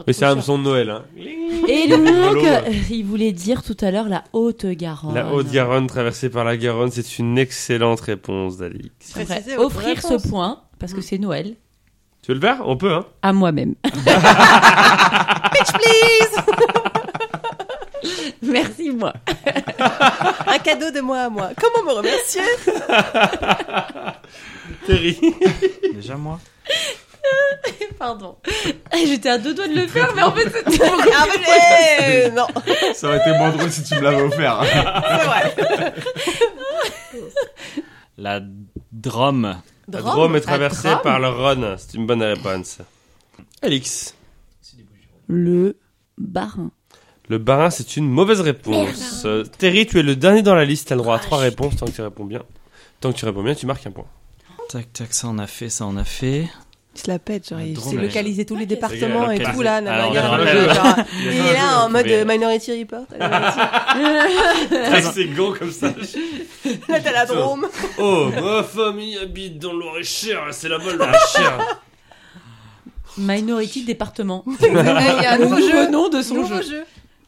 Speaker 3: Mais c'est un hameçon de Noël, hein.
Speaker 4: Et
Speaker 3: Rigolo,
Speaker 4: donc,
Speaker 3: ouais.
Speaker 4: euh, Oh il voulait dire tout à l'heure la Haute-Garonne.
Speaker 3: La Haute-Garonne traversée par la Garonne, c'est une excellente réponse d'Alix.
Speaker 4: Je voudrais
Speaker 2: Précisez votre
Speaker 4: Offrir ce
Speaker 2: réponse.
Speaker 4: point, parce que c'est Noël,
Speaker 3: Tu veux le faire On peut, hein
Speaker 4: à moi-même. Bitch, please Merci, moi.
Speaker 2: Un cadeau de moi à moi. Comment me remercier
Speaker 3: Terry.
Speaker 1: Déjà moi
Speaker 4: Pardon. J'étais à deux doigts de le faire, mais en fait, c'était beaucoup
Speaker 2: Ah,
Speaker 4: plus loin.
Speaker 2: mais- Non,
Speaker 5: Ça aurait été moins drôle si tu me l'avais offert.
Speaker 2: c'est vrai.
Speaker 1: La Drôme.
Speaker 3: La Drôme est traversée par le Rhône, c'est une bonne réponse. Alix.
Speaker 4: Le Barin.
Speaker 3: Le Barin, c'est une mauvaise réponse. Euh, Terry, tu es le dernier dans la liste, t'as le
Speaker 4: Ah,
Speaker 3: droit à trois réponses tant que tu réponds bien. Tant que tu réponds bien, tu marques un point.
Speaker 1: Tac tac, ça on a fait, ça on a fait.
Speaker 2: Je la pète, genre, il
Speaker 1: Drôme,
Speaker 2: s'est
Speaker 1: ouais.
Speaker 2: localisé tous les
Speaker 3: gars,
Speaker 2: départements et
Speaker 3: localisé.
Speaker 2: tout, là.
Speaker 1: Alors,
Speaker 2: il est
Speaker 1: on a
Speaker 2: là, genre, il
Speaker 3: Il a
Speaker 2: est là en mode
Speaker 3: joué.
Speaker 2: euh, Minority Report. allez, vas-y.
Speaker 3: Ah, C'est gros comme ça.
Speaker 2: Là, t'as la Drôme.
Speaker 3: Oh, ma famille habite dans le Loir-et-Cher, c'est la balle de la Cher.
Speaker 4: Minority département. Ah,
Speaker 2: Il y a un nouveau jeu.
Speaker 4: nom de
Speaker 2: Nouveau jeu.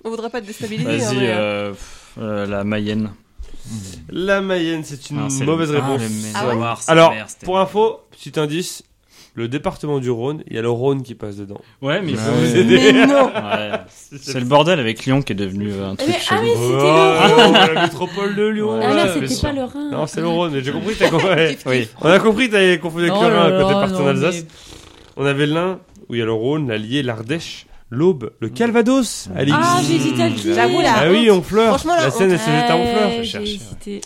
Speaker 2: On voudra pas te déstabiliser. hein,
Speaker 1: Vas-y,
Speaker 2: mais, euh,
Speaker 1: euh, pff, euh, la Mayenne.
Speaker 3: La Mayenne, c'est une
Speaker 1: Non, c'est le-
Speaker 3: Mm, mauvaise
Speaker 1: Ah,
Speaker 3: réponse.
Speaker 1: le Maine.
Speaker 2: Ah ouais
Speaker 1: Loire, c'est
Speaker 3: Alors,
Speaker 1: mer, c'était-
Speaker 3: pour info, petit indice, le département du Rhône, il y a le Rhône qui passe dedans.
Speaker 1: Ouais, mais il faut
Speaker 5: Ouais.
Speaker 1: vous aider.
Speaker 2: Mais non
Speaker 1: Ah Ouais. C'est le bordel avec Lyon qui est devenu euh, un truc
Speaker 4: Mais- ah
Speaker 1: chelou.
Speaker 4: oui, c'était
Speaker 3: Oh,
Speaker 4: le Rhin.
Speaker 3: la métropole de Lyon.
Speaker 4: Ah
Speaker 3: ouais,
Speaker 4: non,
Speaker 3: mais
Speaker 4: c'était
Speaker 3: ça-
Speaker 4: pas le Rhin.
Speaker 3: Non, c'est le Rhône, mais j'ai compris que t'as compris.
Speaker 1: Oui.
Speaker 3: On a compris que t'avais confondu avec
Speaker 4: Oh
Speaker 3: le Rhin
Speaker 4: là
Speaker 3: à côté
Speaker 4: là,
Speaker 3: partout en
Speaker 4: non,
Speaker 3: Alsace.
Speaker 4: mais-
Speaker 3: On avait l'un où il y a le Rhône, l'Allier, l'Ardèche, l'Aube, le Calvados, Alix.
Speaker 4: Ah, j'ai hésité à le
Speaker 1: Mmh,
Speaker 4: dire.
Speaker 2: j'avoue, là.
Speaker 3: Ah oui, on fleure.
Speaker 2: Franchement, là,
Speaker 3: La Seine, elle se jette en fleur.
Speaker 4: Ouais,
Speaker 5: chercher,
Speaker 4: j'ai
Speaker 5: ouais.
Speaker 4: hésité.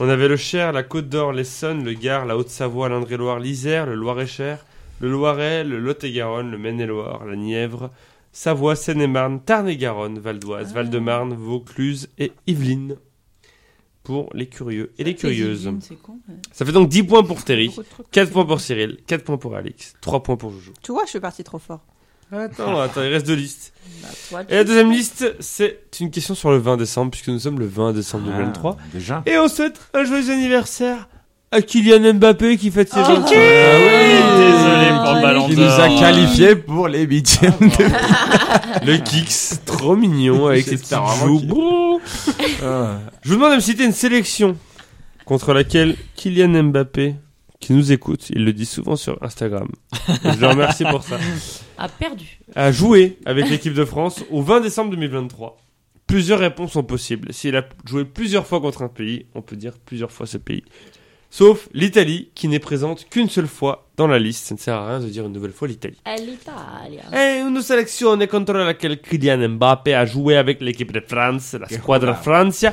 Speaker 3: On avait le Cher, la Côte d'Or, l'Essonne, le Gard, la Haute-Savoie, l'Indre-et-Loire, l'Isère, le Loir-et-Cher, le Loiret, le Lot-et-Garonne, le Maine-et-Loire, la Nièvre, Savoie, Seine-et-Marne, Tarn-et-Garonne, Val
Speaker 4: Ah.
Speaker 3: d'Oise, Val-de-Marne, Vaucluse et Yvelines. Pour les curieux et les curieuses.
Speaker 4: C'est con, ouais.
Speaker 3: Ça fait donc 10 points pour Terry,
Speaker 2: Beaucoup de trucs.
Speaker 3: 4 points pour Cyril, 4 points pour Alix, 3 points pour Joujou.
Speaker 2: Tu vois, je suis partie trop fort.
Speaker 3: Attends, attends, il reste deux listes.
Speaker 4: Bah, toi,
Speaker 3: Et la deuxième liste, c'est une question sur le 20 décembre, puisque nous sommes le 20 décembre
Speaker 5: Ah.
Speaker 3: 2023.
Speaker 5: Déjà
Speaker 3: Et on souhaite un joyeux anniversaire à Kylian Mbappé qui fête ses
Speaker 4: Oh,
Speaker 3: 20 ans.
Speaker 4: Kylian
Speaker 1: Ah Désolé pour le
Speaker 4: Qui
Speaker 1: ballon
Speaker 5: Qui nous
Speaker 1: d'or.
Speaker 5: a qualifiés pour les huitièmes de
Speaker 3: Le Kix, Ah trop mignon avec ses petites
Speaker 5: J'espère vraiment
Speaker 3: joues.
Speaker 5: qu'il-
Speaker 3: Brrr.
Speaker 5: Ah,
Speaker 3: Je vous demande de me citer une sélection contre laquelle Kylian Mbappé, qui nous écoute, il le dit souvent sur Instagram, et je le remercie pour ça,
Speaker 4: a Ah, perdu.
Speaker 3: a joué avec l'équipe de France au 20 décembre 2023 Plusieurs réponses sont possibles. S'il a joué plusieurs fois contre un pays, on peut dire plusieurs fois ce pays. Sauf l'Italie, qui n'est présente qu'une seule fois dans la liste. Ça ne sert à rien de dire une nouvelle fois l'Italie.
Speaker 4: L'Italia.
Speaker 3: Et une sélection contre laquelle Kylian Mbappé a joué avec l'équipe de France, la squadra Francia,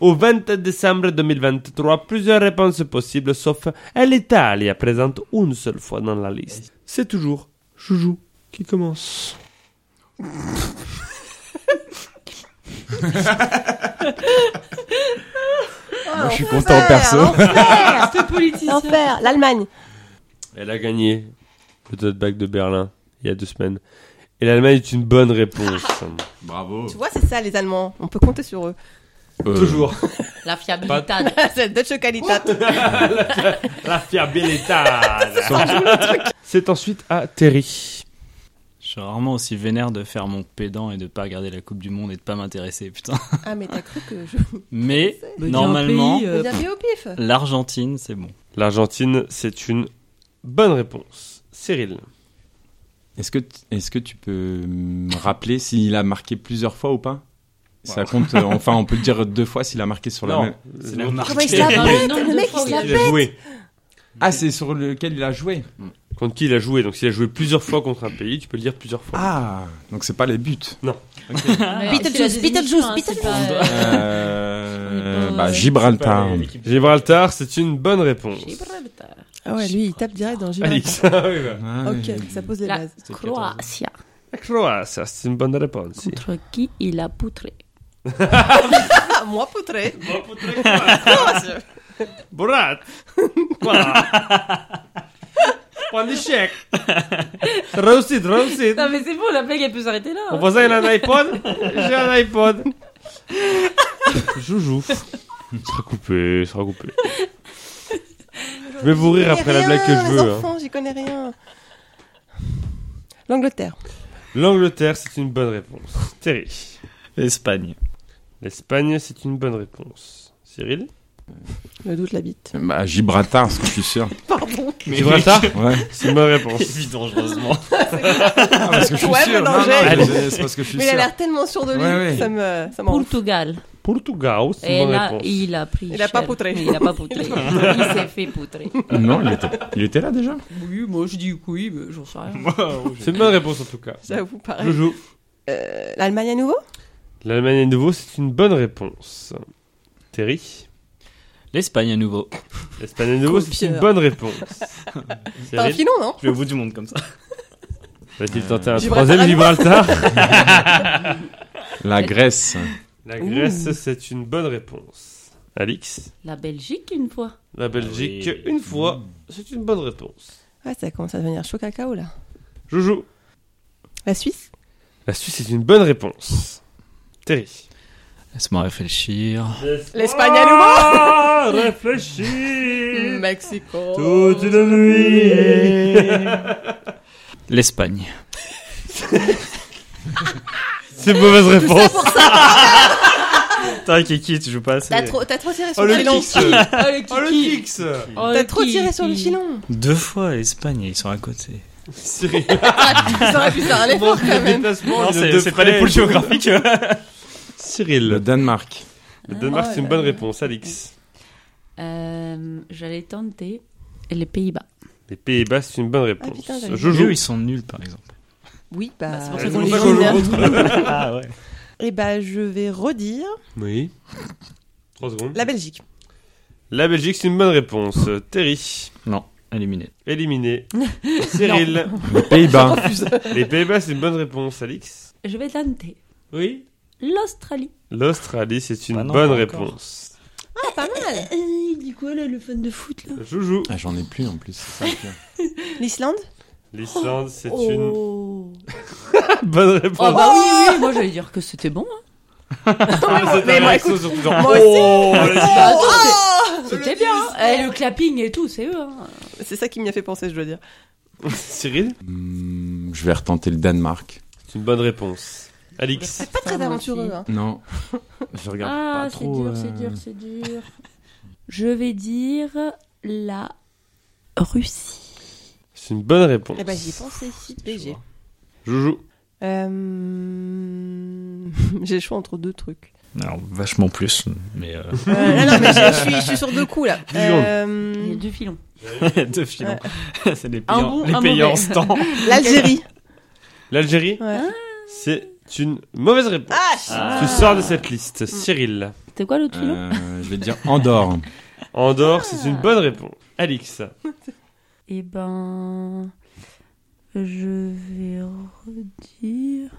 Speaker 3: au 20 décembre 2023. Plusieurs réponses possibles, sauf l'Italie, présente une seule fois dans la liste. C'est toujours Joujou qui commence.
Speaker 2: Oh,
Speaker 5: Moi, je suis content perso.
Speaker 4: Ce politicien.
Speaker 2: L'enfer, l'Allemagne.
Speaker 3: Elle a gagné le tote bag de Berlin il y a deux semaines. Et l'Allemagne est une bonne réponse.
Speaker 5: Bravo.
Speaker 2: Tu vois, c'est ça les Allemands. On peut compter sur eux.
Speaker 5: Euh,
Speaker 3: Toujours.
Speaker 4: La fiabilité.
Speaker 2: c'est Deutsche Qualität.
Speaker 3: La C'est ensuite à Terry.
Speaker 1: Je suis rarement aussi vénère de faire mon pédant et de pas regarder la Coupe du Monde et de pas m'intéresser, putain.
Speaker 2: Ah, mais t'as cru que je.
Speaker 1: Mais
Speaker 4: Me dit Bah, un
Speaker 1: normalement,
Speaker 4: pays, euh,
Speaker 2: Vous avez au pif.
Speaker 1: l'Argentine, c'est bon.
Speaker 3: L'Argentine, c'est une bonne réponse. Cyril.
Speaker 5: Est-ce que, t- est-ce que tu peux me rappeler s'il a marqué plusieurs fois ou pas Ça
Speaker 3: Wow.
Speaker 5: compte, euh, enfin, on peut dire deux fois s'il a marqué sur la même.
Speaker 1: C'est la marque.
Speaker 2: Comment il se
Speaker 4: Ah,
Speaker 2: la
Speaker 4: bah,
Speaker 2: pète
Speaker 4: non,
Speaker 2: Le
Speaker 4: deux
Speaker 2: mec,
Speaker 4: fois,
Speaker 2: il se
Speaker 4: oui.
Speaker 2: la
Speaker 3: Il a
Speaker 2: pète
Speaker 3: joué.
Speaker 5: Ah, c'est sur lequel il a joué
Speaker 3: Contre qui il a joué Donc s'il a joué plusieurs fois contre un pays, tu peux le dire plusieurs fois.
Speaker 5: Ah, donc c'est pas les buts.
Speaker 2: Beetlejuice, Beetlejuice, Beetlejuice.
Speaker 5: Euh,
Speaker 4: Oui,
Speaker 5: bah,
Speaker 4: euh,
Speaker 5: Gibraltar.
Speaker 3: Gibraltar, c'est une bonne réponse.
Speaker 2: Ah ouais, lui, il tape direct dans Gilles.
Speaker 3: Alix. Ah oui, bah.
Speaker 5: Ouais.
Speaker 2: Ok, ça pose les
Speaker 4: La-
Speaker 2: bases.
Speaker 4: Croatia.
Speaker 3: La Croatie, c'est une bonne réponse.
Speaker 4: Contre qui il a poutré
Speaker 2: Ah, moi, poutré.
Speaker 3: Borat Point d'échec Réussite, réussite
Speaker 4: Non, mais c'est bon, la blague, elle peut s'arrêter là.
Speaker 3: Mon voisin, il a un iPod J'ai un iPod Joujou Il sera coupé, il sera coupé. Je vais vous rire après la blague que je veux.
Speaker 2: Les
Speaker 3: hein.
Speaker 2: enfants, j'y connais rien. L'Angleterre.
Speaker 3: L'Angleterre, c'est une bonne réponse. Terry.
Speaker 1: L'Espagne.
Speaker 3: L'Espagne, c'est une bonne réponse. Cyril
Speaker 2: Le doute l'habite.
Speaker 5: Bah, Gibraltar, parce que je suis sûr.
Speaker 2: Pardon.
Speaker 3: Gibraltar
Speaker 5: Ouais.
Speaker 3: C'est une bonne réponse.
Speaker 1: Évidemment, dangereusement.
Speaker 5: Ah, parce que je suis
Speaker 2: Ouais, mais
Speaker 5: sûr.
Speaker 2: non,
Speaker 5: Non, non,
Speaker 2: j'ai-
Speaker 5: mais c'est- c'est parce que je suis
Speaker 2: Mais il a
Speaker 5: sûr.
Speaker 2: l'air tellement sûr de lui.
Speaker 5: Ouais, ouais.
Speaker 2: Ça me, ça m'en.
Speaker 4: Portugal.
Speaker 3: Portugal, c'est
Speaker 4: Et
Speaker 3: une bonne
Speaker 4: là,
Speaker 3: réponse.
Speaker 4: il a pris.
Speaker 2: Il a pas
Speaker 4: cher.
Speaker 2: poutré.
Speaker 4: Il a pas poutré. Il s'est fait poutrer.
Speaker 5: Non, il était, il était là déjà.
Speaker 4: Oui, moi je dis oui, mais j'en sais rien.
Speaker 3: C'est une bonne réponse en tout cas.
Speaker 2: J'avoue, pareil.
Speaker 3: Joujou.
Speaker 2: Euh, L'Allemagne à nouveau
Speaker 3: L'Allemagne à nouveau, c'est une bonne réponse. Terry
Speaker 1: L'Espagne à nouveau.
Speaker 3: L'Espagne à nouveau, c'est une
Speaker 2: Copieur.
Speaker 3: bonne réponse.
Speaker 2: T'as un
Speaker 3: Cyril
Speaker 2: filon, non
Speaker 1: Je vais au bout du monde comme ça. Euh,
Speaker 3: Va-t-il tenter un
Speaker 2: Gibraltar
Speaker 3: troisième Gibraltar
Speaker 5: La Grèce.
Speaker 3: La Grèce, c'est une bonne réponse. Alix
Speaker 4: La Belgique, une fois.
Speaker 3: La Belgique,
Speaker 1: oui.
Speaker 3: une fois, c'est une bonne réponse.
Speaker 2: Ouais, Ah, ça commence à devenir chaud cacao, là.
Speaker 3: Joujou
Speaker 2: La Suisse
Speaker 3: La Suisse, c'est une bonne réponse. Terry
Speaker 1: Laisse-moi réfléchir.
Speaker 2: L'Espagne à nouveau
Speaker 3: Ah, réfléchis
Speaker 2: Mmh. Mexico.
Speaker 3: Toute une nuit
Speaker 1: L'Espagne.
Speaker 3: C'est une mauvaise réponse
Speaker 4: Oh,
Speaker 1: Putain, Kiki, tu joues pas assez.
Speaker 2: T'as trop, t'as trop tiré sur
Speaker 3: Oh
Speaker 2: le
Speaker 3: le
Speaker 2: filon.
Speaker 3: kicks Oh
Speaker 4: Oh le
Speaker 3: le
Speaker 4: kiki
Speaker 3: kicks
Speaker 4: Oh,
Speaker 2: T'as trop tiré sur le
Speaker 4: kiki.
Speaker 2: filon.
Speaker 1: Deux fois l'Espagne, ils sont à côté.
Speaker 3: Cyril
Speaker 2: Ça aurait pu faire un effort quand
Speaker 3: Le
Speaker 2: même.
Speaker 3: déplacement, il est de
Speaker 1: c'est pas
Speaker 3: près.
Speaker 1: les poules géographiques.
Speaker 3: hein.
Speaker 5: Le
Speaker 3: Cyril.
Speaker 5: Danemark.
Speaker 3: Le Danemark,
Speaker 4: Ah,
Speaker 3: c'est une
Speaker 2: Ah là
Speaker 3: bonne
Speaker 2: là.
Speaker 3: réponse, Alix.
Speaker 4: Euh, J'allais tenter les Pays-Bas.
Speaker 3: Les Pays-Bas, c'est une bonne
Speaker 2: Ah,
Speaker 3: réponse.
Speaker 2: putain, j'avais-
Speaker 3: Jojo.
Speaker 1: ils sont nuls par exemple.
Speaker 2: Oui,
Speaker 4: Bah,
Speaker 2: bah,
Speaker 4: c'est pour ça
Speaker 2: et
Speaker 4: qu'on
Speaker 3: les
Speaker 4: les
Speaker 3: joue.
Speaker 1: ah ouais.
Speaker 2: Eh bah, je vais redire
Speaker 3: Oui. 3 secondes.
Speaker 2: la Belgique.
Speaker 3: La Belgique, c'est une bonne réponse. Euh, Terry,
Speaker 1: Non, éliminés.
Speaker 3: éliminé. Cyril.
Speaker 5: Les Pays-Bas.
Speaker 3: Les Pays-Bas, c'est une bonne réponse, Alix.
Speaker 4: Je vais tenter
Speaker 3: Oui.
Speaker 4: l'Australie.
Speaker 3: L'Australie, c'est une
Speaker 1: Bah non,
Speaker 3: bonne
Speaker 1: pas encore.
Speaker 3: réponse.
Speaker 2: Ah, pas mal.
Speaker 4: Euh, dit quoi là, le fan de foot là
Speaker 3: Joujou.
Speaker 5: Ah, j'en ai plus en plus. c'est ça le pire.
Speaker 2: L'Islande
Speaker 3: L'Islande, c'est
Speaker 4: Oh.
Speaker 3: une bonne réponse.
Speaker 4: Oh bah oui, oui, moi j'allais dire que c'était bon. hein.
Speaker 3: Ah, C'est
Speaker 2: Oh, mais
Speaker 3: ta
Speaker 2: moi,
Speaker 3: réaction surtout genre,
Speaker 2: moi aussi.
Speaker 3: oh, allez-y.
Speaker 4: Bah,
Speaker 2: Oh.
Speaker 4: attends, c'est- c'était bien. hein. Eh, le clapping et tout, c'est eux. hein.
Speaker 2: Eh, C'est ça qui m'y a fait penser, je dois dire.
Speaker 3: Cyril,
Speaker 5: Hmm, je vais retenter le Danemark.
Speaker 3: c'est une bonne réponse. Alix.
Speaker 2: C'est pas très
Speaker 4: moi
Speaker 2: aventureux,
Speaker 4: aussi.
Speaker 2: hein.
Speaker 5: Non. Je regarde
Speaker 4: Ah,
Speaker 5: pas
Speaker 4: c'est
Speaker 5: trop.
Speaker 4: dur,
Speaker 5: euh,
Speaker 4: c'est dur, c'est dur. Je vais dire la Russie.
Speaker 3: C'est une bonne
Speaker 2: ben,
Speaker 3: réponse.
Speaker 2: Eh bah, j'y ai pensé, léger.
Speaker 3: Joujou.
Speaker 2: Euh... J'ai le choix entre deux trucs.
Speaker 1: Alors, vachement plus, mais euh,
Speaker 2: Euh, là, non, mais je, je suis, je suis sur deux coups là.
Speaker 3: Dix secondes.
Speaker 2: Euh,
Speaker 4: Il y a deux filons.
Speaker 1: deux filons. c'est les
Speaker 4: Mm. Un
Speaker 1: payants,
Speaker 4: bon,
Speaker 1: les
Speaker 4: un
Speaker 1: payants en
Speaker 4: mauvais.
Speaker 1: ce temps.
Speaker 2: L'Algérie.
Speaker 3: L'Algérie,
Speaker 2: Ouais.
Speaker 3: c'est une mauvaise réponse.
Speaker 2: Ah,
Speaker 1: Ah.
Speaker 3: Tu sors de cette liste, Cyril.
Speaker 4: C'était quoi l'autre filon
Speaker 5: Euh, je vais te dire Andorre.
Speaker 3: Andorre, c'est une bonne réponse. Alix,
Speaker 4: Eh ben. Je vais redire.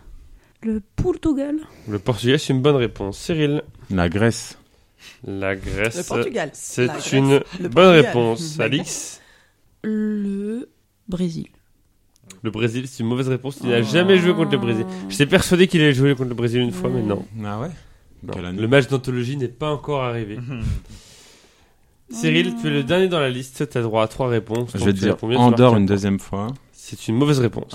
Speaker 4: Le Portugal.
Speaker 3: le Portugal, c'est une bonne réponse. Cyril,
Speaker 5: La Grèce.
Speaker 3: la Grèce,
Speaker 2: le Portugal.
Speaker 3: c'est
Speaker 2: La Grèce.
Speaker 3: une
Speaker 2: Le
Speaker 3: bonne
Speaker 2: Portugal.
Speaker 3: réponse. Alix,
Speaker 4: Le Brésil.
Speaker 3: le Brésil, c'est une mauvaise réponse. Il n'a
Speaker 2: Oh.
Speaker 3: jamais joué contre le Brésil.
Speaker 4: Ah.
Speaker 3: J'étais persuadé qu'il allait jouer contre le Brésil une fois, mais non.
Speaker 5: Ah ouais
Speaker 3: Non,
Speaker 5: Quelle année
Speaker 3: Le match d'anthologie n'est pas encore arrivé. Cyril, tu es le dernier dans la liste, tu as droit à trois réponses.
Speaker 5: Je
Speaker 3: Donc,
Speaker 5: vais
Speaker 3: tu
Speaker 5: te
Speaker 3: as
Speaker 5: dire
Speaker 3: combien sur
Speaker 5: Andorre
Speaker 3: la
Speaker 5: une
Speaker 3: carte
Speaker 5: deuxième fois.
Speaker 3: C'est une mauvaise
Speaker 2: Ah,
Speaker 3: réponse.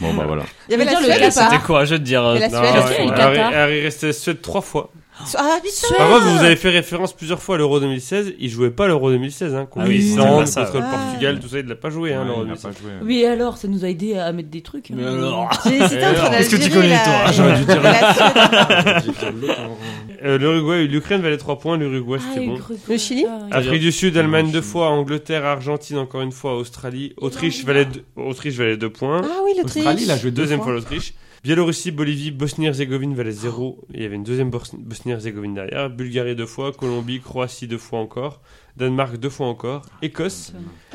Speaker 5: Bon bah voilà.
Speaker 2: Il y
Speaker 4: Mais
Speaker 2: avait la
Speaker 4: dire le
Speaker 2: Suède ou
Speaker 4: Qatar.
Speaker 2: pas
Speaker 1: C'était courageux de dire. euh,
Speaker 2: Et la
Speaker 3: Non,
Speaker 2: Suède,
Speaker 3: ouais,
Speaker 2: la Suède,
Speaker 3: ouais.
Speaker 2: le
Speaker 3: Harry,
Speaker 2: Qatar.
Speaker 3: Harry restait Suède trois fois.
Speaker 2: Ah putain
Speaker 3: Par contre, vous avez fait référence plusieurs fois à l'Euro 2016. Il jouait pas l'Euro 2016, hein, contre
Speaker 1: Ah oui,
Speaker 3: l'Islande,
Speaker 1: c'était pas ça,
Speaker 3: contre le
Speaker 2: ouais.
Speaker 3: Portugal, tout ça, il l'a pas joué, hein, l'Euro
Speaker 5: Ouais, il a
Speaker 3: 2016.
Speaker 5: pas joué.
Speaker 4: Oui, alors, ça nous a aidé à mettre des trucs. Ah,
Speaker 1: Mais alors
Speaker 2: J'ai hésité
Speaker 3: Alors,
Speaker 2: entre
Speaker 1: qu'est-ce que tu
Speaker 2: l'Algérie
Speaker 1: connais,
Speaker 2: et la-
Speaker 1: toi Ah,
Speaker 5: j'aurais dû dire-
Speaker 2: et la Suède.
Speaker 3: Euh, L'Uruguay, l'Ukraine valait trois points, l'Uruguay
Speaker 4: Ah,
Speaker 3: c'était
Speaker 4: et
Speaker 3: bon.
Speaker 4: Uruguay.
Speaker 2: Le Chili
Speaker 4: Ah, oui.
Speaker 3: Afrique du Sud,
Speaker 5: Non,
Speaker 3: Allemagne
Speaker 5: je-
Speaker 3: deux fois, Angleterre, Argentine encore une fois, Australie, Autriche valait deux, Autriche valait deux points.
Speaker 2: Ah oui,
Speaker 5: Australie,
Speaker 2: l'Autriche.
Speaker 5: il a joué deux
Speaker 3: Deuxième fois l'Autriche. Biélorussie, Bolivie, Bosnie-Herzégovine valait 0. Il y avait une deuxième Bos- Bosnie-Herzégovine derrière. Bulgarie deux fois, Colombie, Croatie deux fois encore, Danemark deux fois encore, Écosse,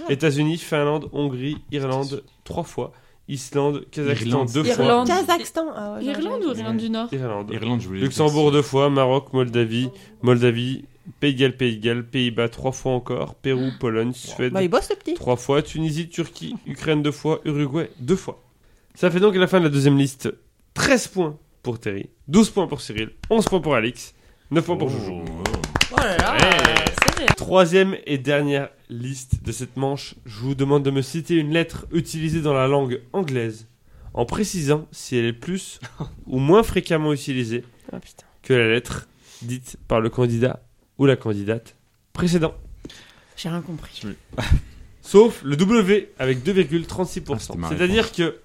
Speaker 3: États-Unis, Finlande, Hongrie, Irlande trois fois, Islande, Kazakhstan
Speaker 5: Irlande.
Speaker 3: deux fois,
Speaker 4: Irlande.
Speaker 2: Kazakhstan. Ah ouais, j'aurais
Speaker 4: Irlande ou Irlande du Nord
Speaker 3: Irlande,
Speaker 5: Irlande, je voulais
Speaker 3: Luxembourg deux fois, Maroc, Moldavie, Moldavie, Pays de Galles, Pays de Galles, Pays-Bas trois fois encore, Pérou, Pologne, Suède,
Speaker 2: Bah, il bosse le petit.
Speaker 3: Trois fois, Tunisie, Turquie, Ukraine deux fois, Uruguay deux fois. Ça fait donc à la fin de la deuxième liste 13 points pour Terry, 12 points pour Cyril, 11 points pour Alix, 9
Speaker 5: Oh.
Speaker 3: points pour Joujou.
Speaker 4: Oh là là,
Speaker 3: Ouais.
Speaker 4: c'est vrai.
Speaker 3: Troisième et dernière liste de cette manche, je vous demande de me citer une lettre utilisée dans la langue anglaise en précisant si elle est plus ou moins fréquemment utilisée
Speaker 2: Ah putain.
Speaker 3: que la lettre dite par le candidat ou la candidate précédent.
Speaker 4: J'ai rien compris.
Speaker 3: Sauf le W avec 2,36%.
Speaker 5: Ah, c'était ma
Speaker 3: C'est-à-dire que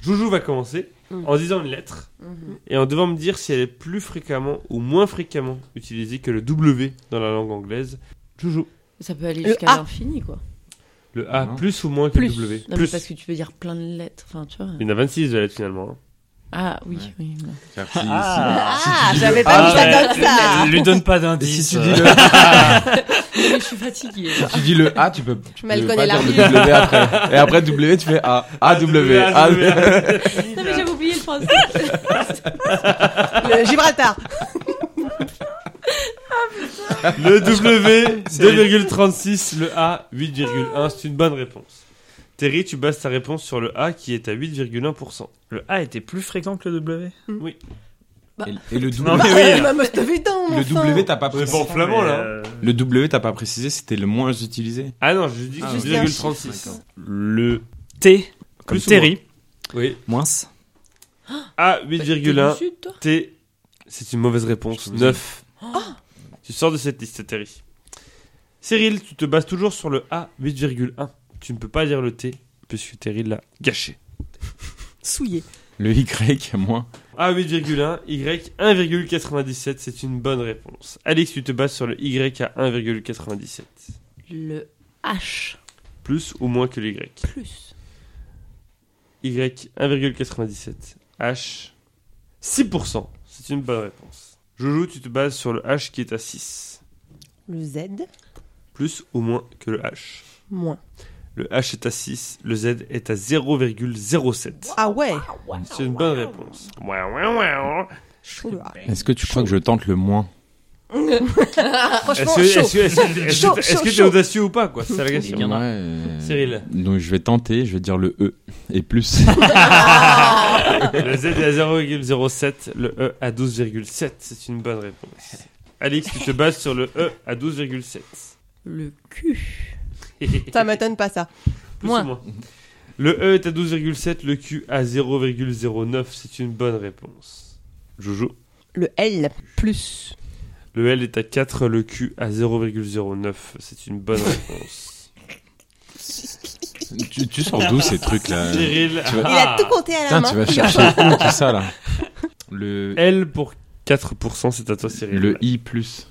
Speaker 3: Joujou va commencer
Speaker 2: Mm.
Speaker 3: en disant une lettre
Speaker 4: Mm-hmm.
Speaker 2: Mhm.
Speaker 3: et en devant me dire si elle est plus fréquemment ou moins fréquemment utilisée que le W dans la langue anglaise. Joujou,
Speaker 4: Ça peut aller
Speaker 2: Le
Speaker 4: jusqu'à
Speaker 2: A.
Speaker 4: l'infini, quoi.
Speaker 3: le A
Speaker 5: Non.
Speaker 3: plus ou moins que le W
Speaker 4: Non, mais parce que tu peux dire plein de lettres. Enfin, tu vois.
Speaker 3: Il y en a 26 de lettres finalement. hein.
Speaker 4: Ah oui,
Speaker 5: Ouais.
Speaker 4: oui. non.
Speaker 2: Ah, j'avais
Speaker 1: Ah
Speaker 2: pas vu
Speaker 1: ouais.
Speaker 2: ça comme ça.
Speaker 1: Lui donne pas euh,
Speaker 5: Si
Speaker 1: d'indice.
Speaker 5: tu dis le
Speaker 4: Mais je suis fatiguée.
Speaker 5: si tu dis le A, tu peux. Tu
Speaker 2: Mais elle
Speaker 5: peux pas
Speaker 2: connaît la
Speaker 5: dire le W après. Et après W, tu fais A.
Speaker 3: Ah,
Speaker 5: A W. Ah, A W.
Speaker 4: Non, mais j'avais oublié le français.
Speaker 2: Le Gibraltar.
Speaker 3: Le W, 2,36. Le A, 8,1. C'est une bonne réponse. Terry, tu bases ta réponse sur le A qui est à 8,1%.
Speaker 1: Le A Ah, était plus fréquent que le W.
Speaker 5: Et le
Speaker 1: Non, mais
Speaker 5: W.
Speaker 1: oui,
Speaker 2: Ah,
Speaker 1: là.
Speaker 2: bah, must have it done,
Speaker 5: Le
Speaker 2: enfin.
Speaker 5: W, t'as pas
Speaker 3: Bah. On est pas en
Speaker 5: précisé.
Speaker 3: flamand
Speaker 1: Mais,
Speaker 3: là. hein.
Speaker 1: euh,
Speaker 5: Le W, t'as pas précisé, c'était le moins utilisé.
Speaker 3: Ah non, je dis que
Speaker 5: Ah,
Speaker 3: c'est
Speaker 5: juste
Speaker 2: un
Speaker 3: 2,36.
Speaker 1: Le T, comme
Speaker 3: Plus ou
Speaker 1: Terry.
Speaker 3: Oui.
Speaker 1: Moins.
Speaker 3: A,
Speaker 4: Bah, T'es du
Speaker 3: 8,1.
Speaker 4: Sud, toi
Speaker 3: T, c'est une mauvaise réponse.
Speaker 5: Je vous
Speaker 3: 9. Tu sors de cette liste, Terry. Cyril, tu te bases toujours sur le A, 8,1. Tu ne peux pas dire le T, puisque Terry l'a gâché.
Speaker 2: Souillé.
Speaker 5: Le Y, moins.
Speaker 3: A, 8,1. Y, 1,97. C'est une bonne réponse. Alex, tu te bases sur le Y à 1,97.
Speaker 4: Le H.
Speaker 3: Plus ou moins que le Y.
Speaker 4: Plus.
Speaker 3: Y, 1,97. H, 6%. C'est une bonne réponse. Joujou, tu te bases sur le H qui est à 6.
Speaker 2: Le Z,
Speaker 3: Plus ou moins que le H.
Speaker 2: moins.
Speaker 3: Le H est à 6, le Z est à 0,07.
Speaker 2: Ah ouais.
Speaker 3: C'est une bonne réponse. Ouais, ouais, ouais.
Speaker 2: Oula.
Speaker 5: Est-ce que tu crois que je tente le moins
Speaker 3: Est-ce
Speaker 2: Franchement,
Speaker 3: que-
Speaker 2: chaud.
Speaker 3: est-ce que- est-ce que- est-ce
Speaker 2: Chaud,
Speaker 3: que est-ce
Speaker 2: chaud,
Speaker 3: que t'es
Speaker 2: chaud.
Speaker 3: audacieux ou pas, quoi C'est ça la
Speaker 1: Il y
Speaker 3: question.
Speaker 1: en a.
Speaker 5: Ouais, euh,
Speaker 3: Cyril.
Speaker 5: Donc je vais tenter, je vais dire le E et plus.
Speaker 3: Le Z est à 0,07, le E à 12,7. C'est une bonne réponse. Alix, tu te bases sur le E à 12,7.
Speaker 4: Le Q.
Speaker 2: Ça m'étonne pas ça.
Speaker 3: Plus
Speaker 4: Moins.
Speaker 3: ou moins. Le E est à 12,7, le Q à 0,09. C'est une bonne réponse. Joujou.
Speaker 2: Le L, plus.
Speaker 3: Le L est à 4, le Q à 0,09. C'est une bonne réponse.
Speaker 5: tu, tu sors d'où ces trucs là
Speaker 3: Cyril.
Speaker 5: tu vas-
Speaker 2: Il a tout compté à la
Speaker 5: Putain, tu
Speaker 2: main.
Speaker 5: vas chercher où tout ça là Le,
Speaker 3: L pour 4%, c'est à toi, Cyril.
Speaker 5: le I plus.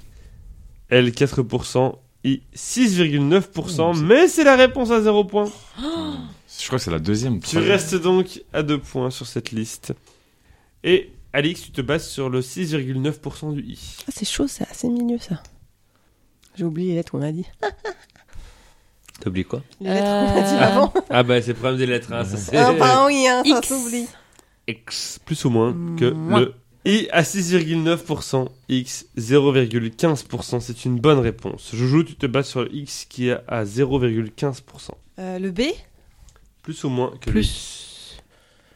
Speaker 3: L 4%, I 6,9%, mais c'est la réponse à 0 points.
Speaker 5: Je crois que c'est la deuxième.
Speaker 3: Tu
Speaker 5: troisième.
Speaker 3: restes donc à 2 points sur cette liste. Et Alix, tu te bases sur le 6,9% du I.
Speaker 2: Ah, c'est chaud, c'est assez milieu ça. J'ai oublié les lettres qu'on a dit.
Speaker 6: T'oublies quoi
Speaker 2: Les lettres qu'on a dit
Speaker 4: Euh,
Speaker 2: avant.
Speaker 3: Ah bah c'est le problème des lettres, hein, ça
Speaker 5: Eh,
Speaker 3: c'est
Speaker 2: Ah, pardon, il y a un ça
Speaker 4: X.
Speaker 2: s'oublie.
Speaker 3: X plus ou moins que
Speaker 4: Moins.
Speaker 3: le I à 6,9%, X 0,15%, c'est une bonne réponse. Joujou, tu te bases sur le X qui est à 0,15%,
Speaker 2: Euh, le B
Speaker 3: plus ou moins que le I.
Speaker 6: Plus.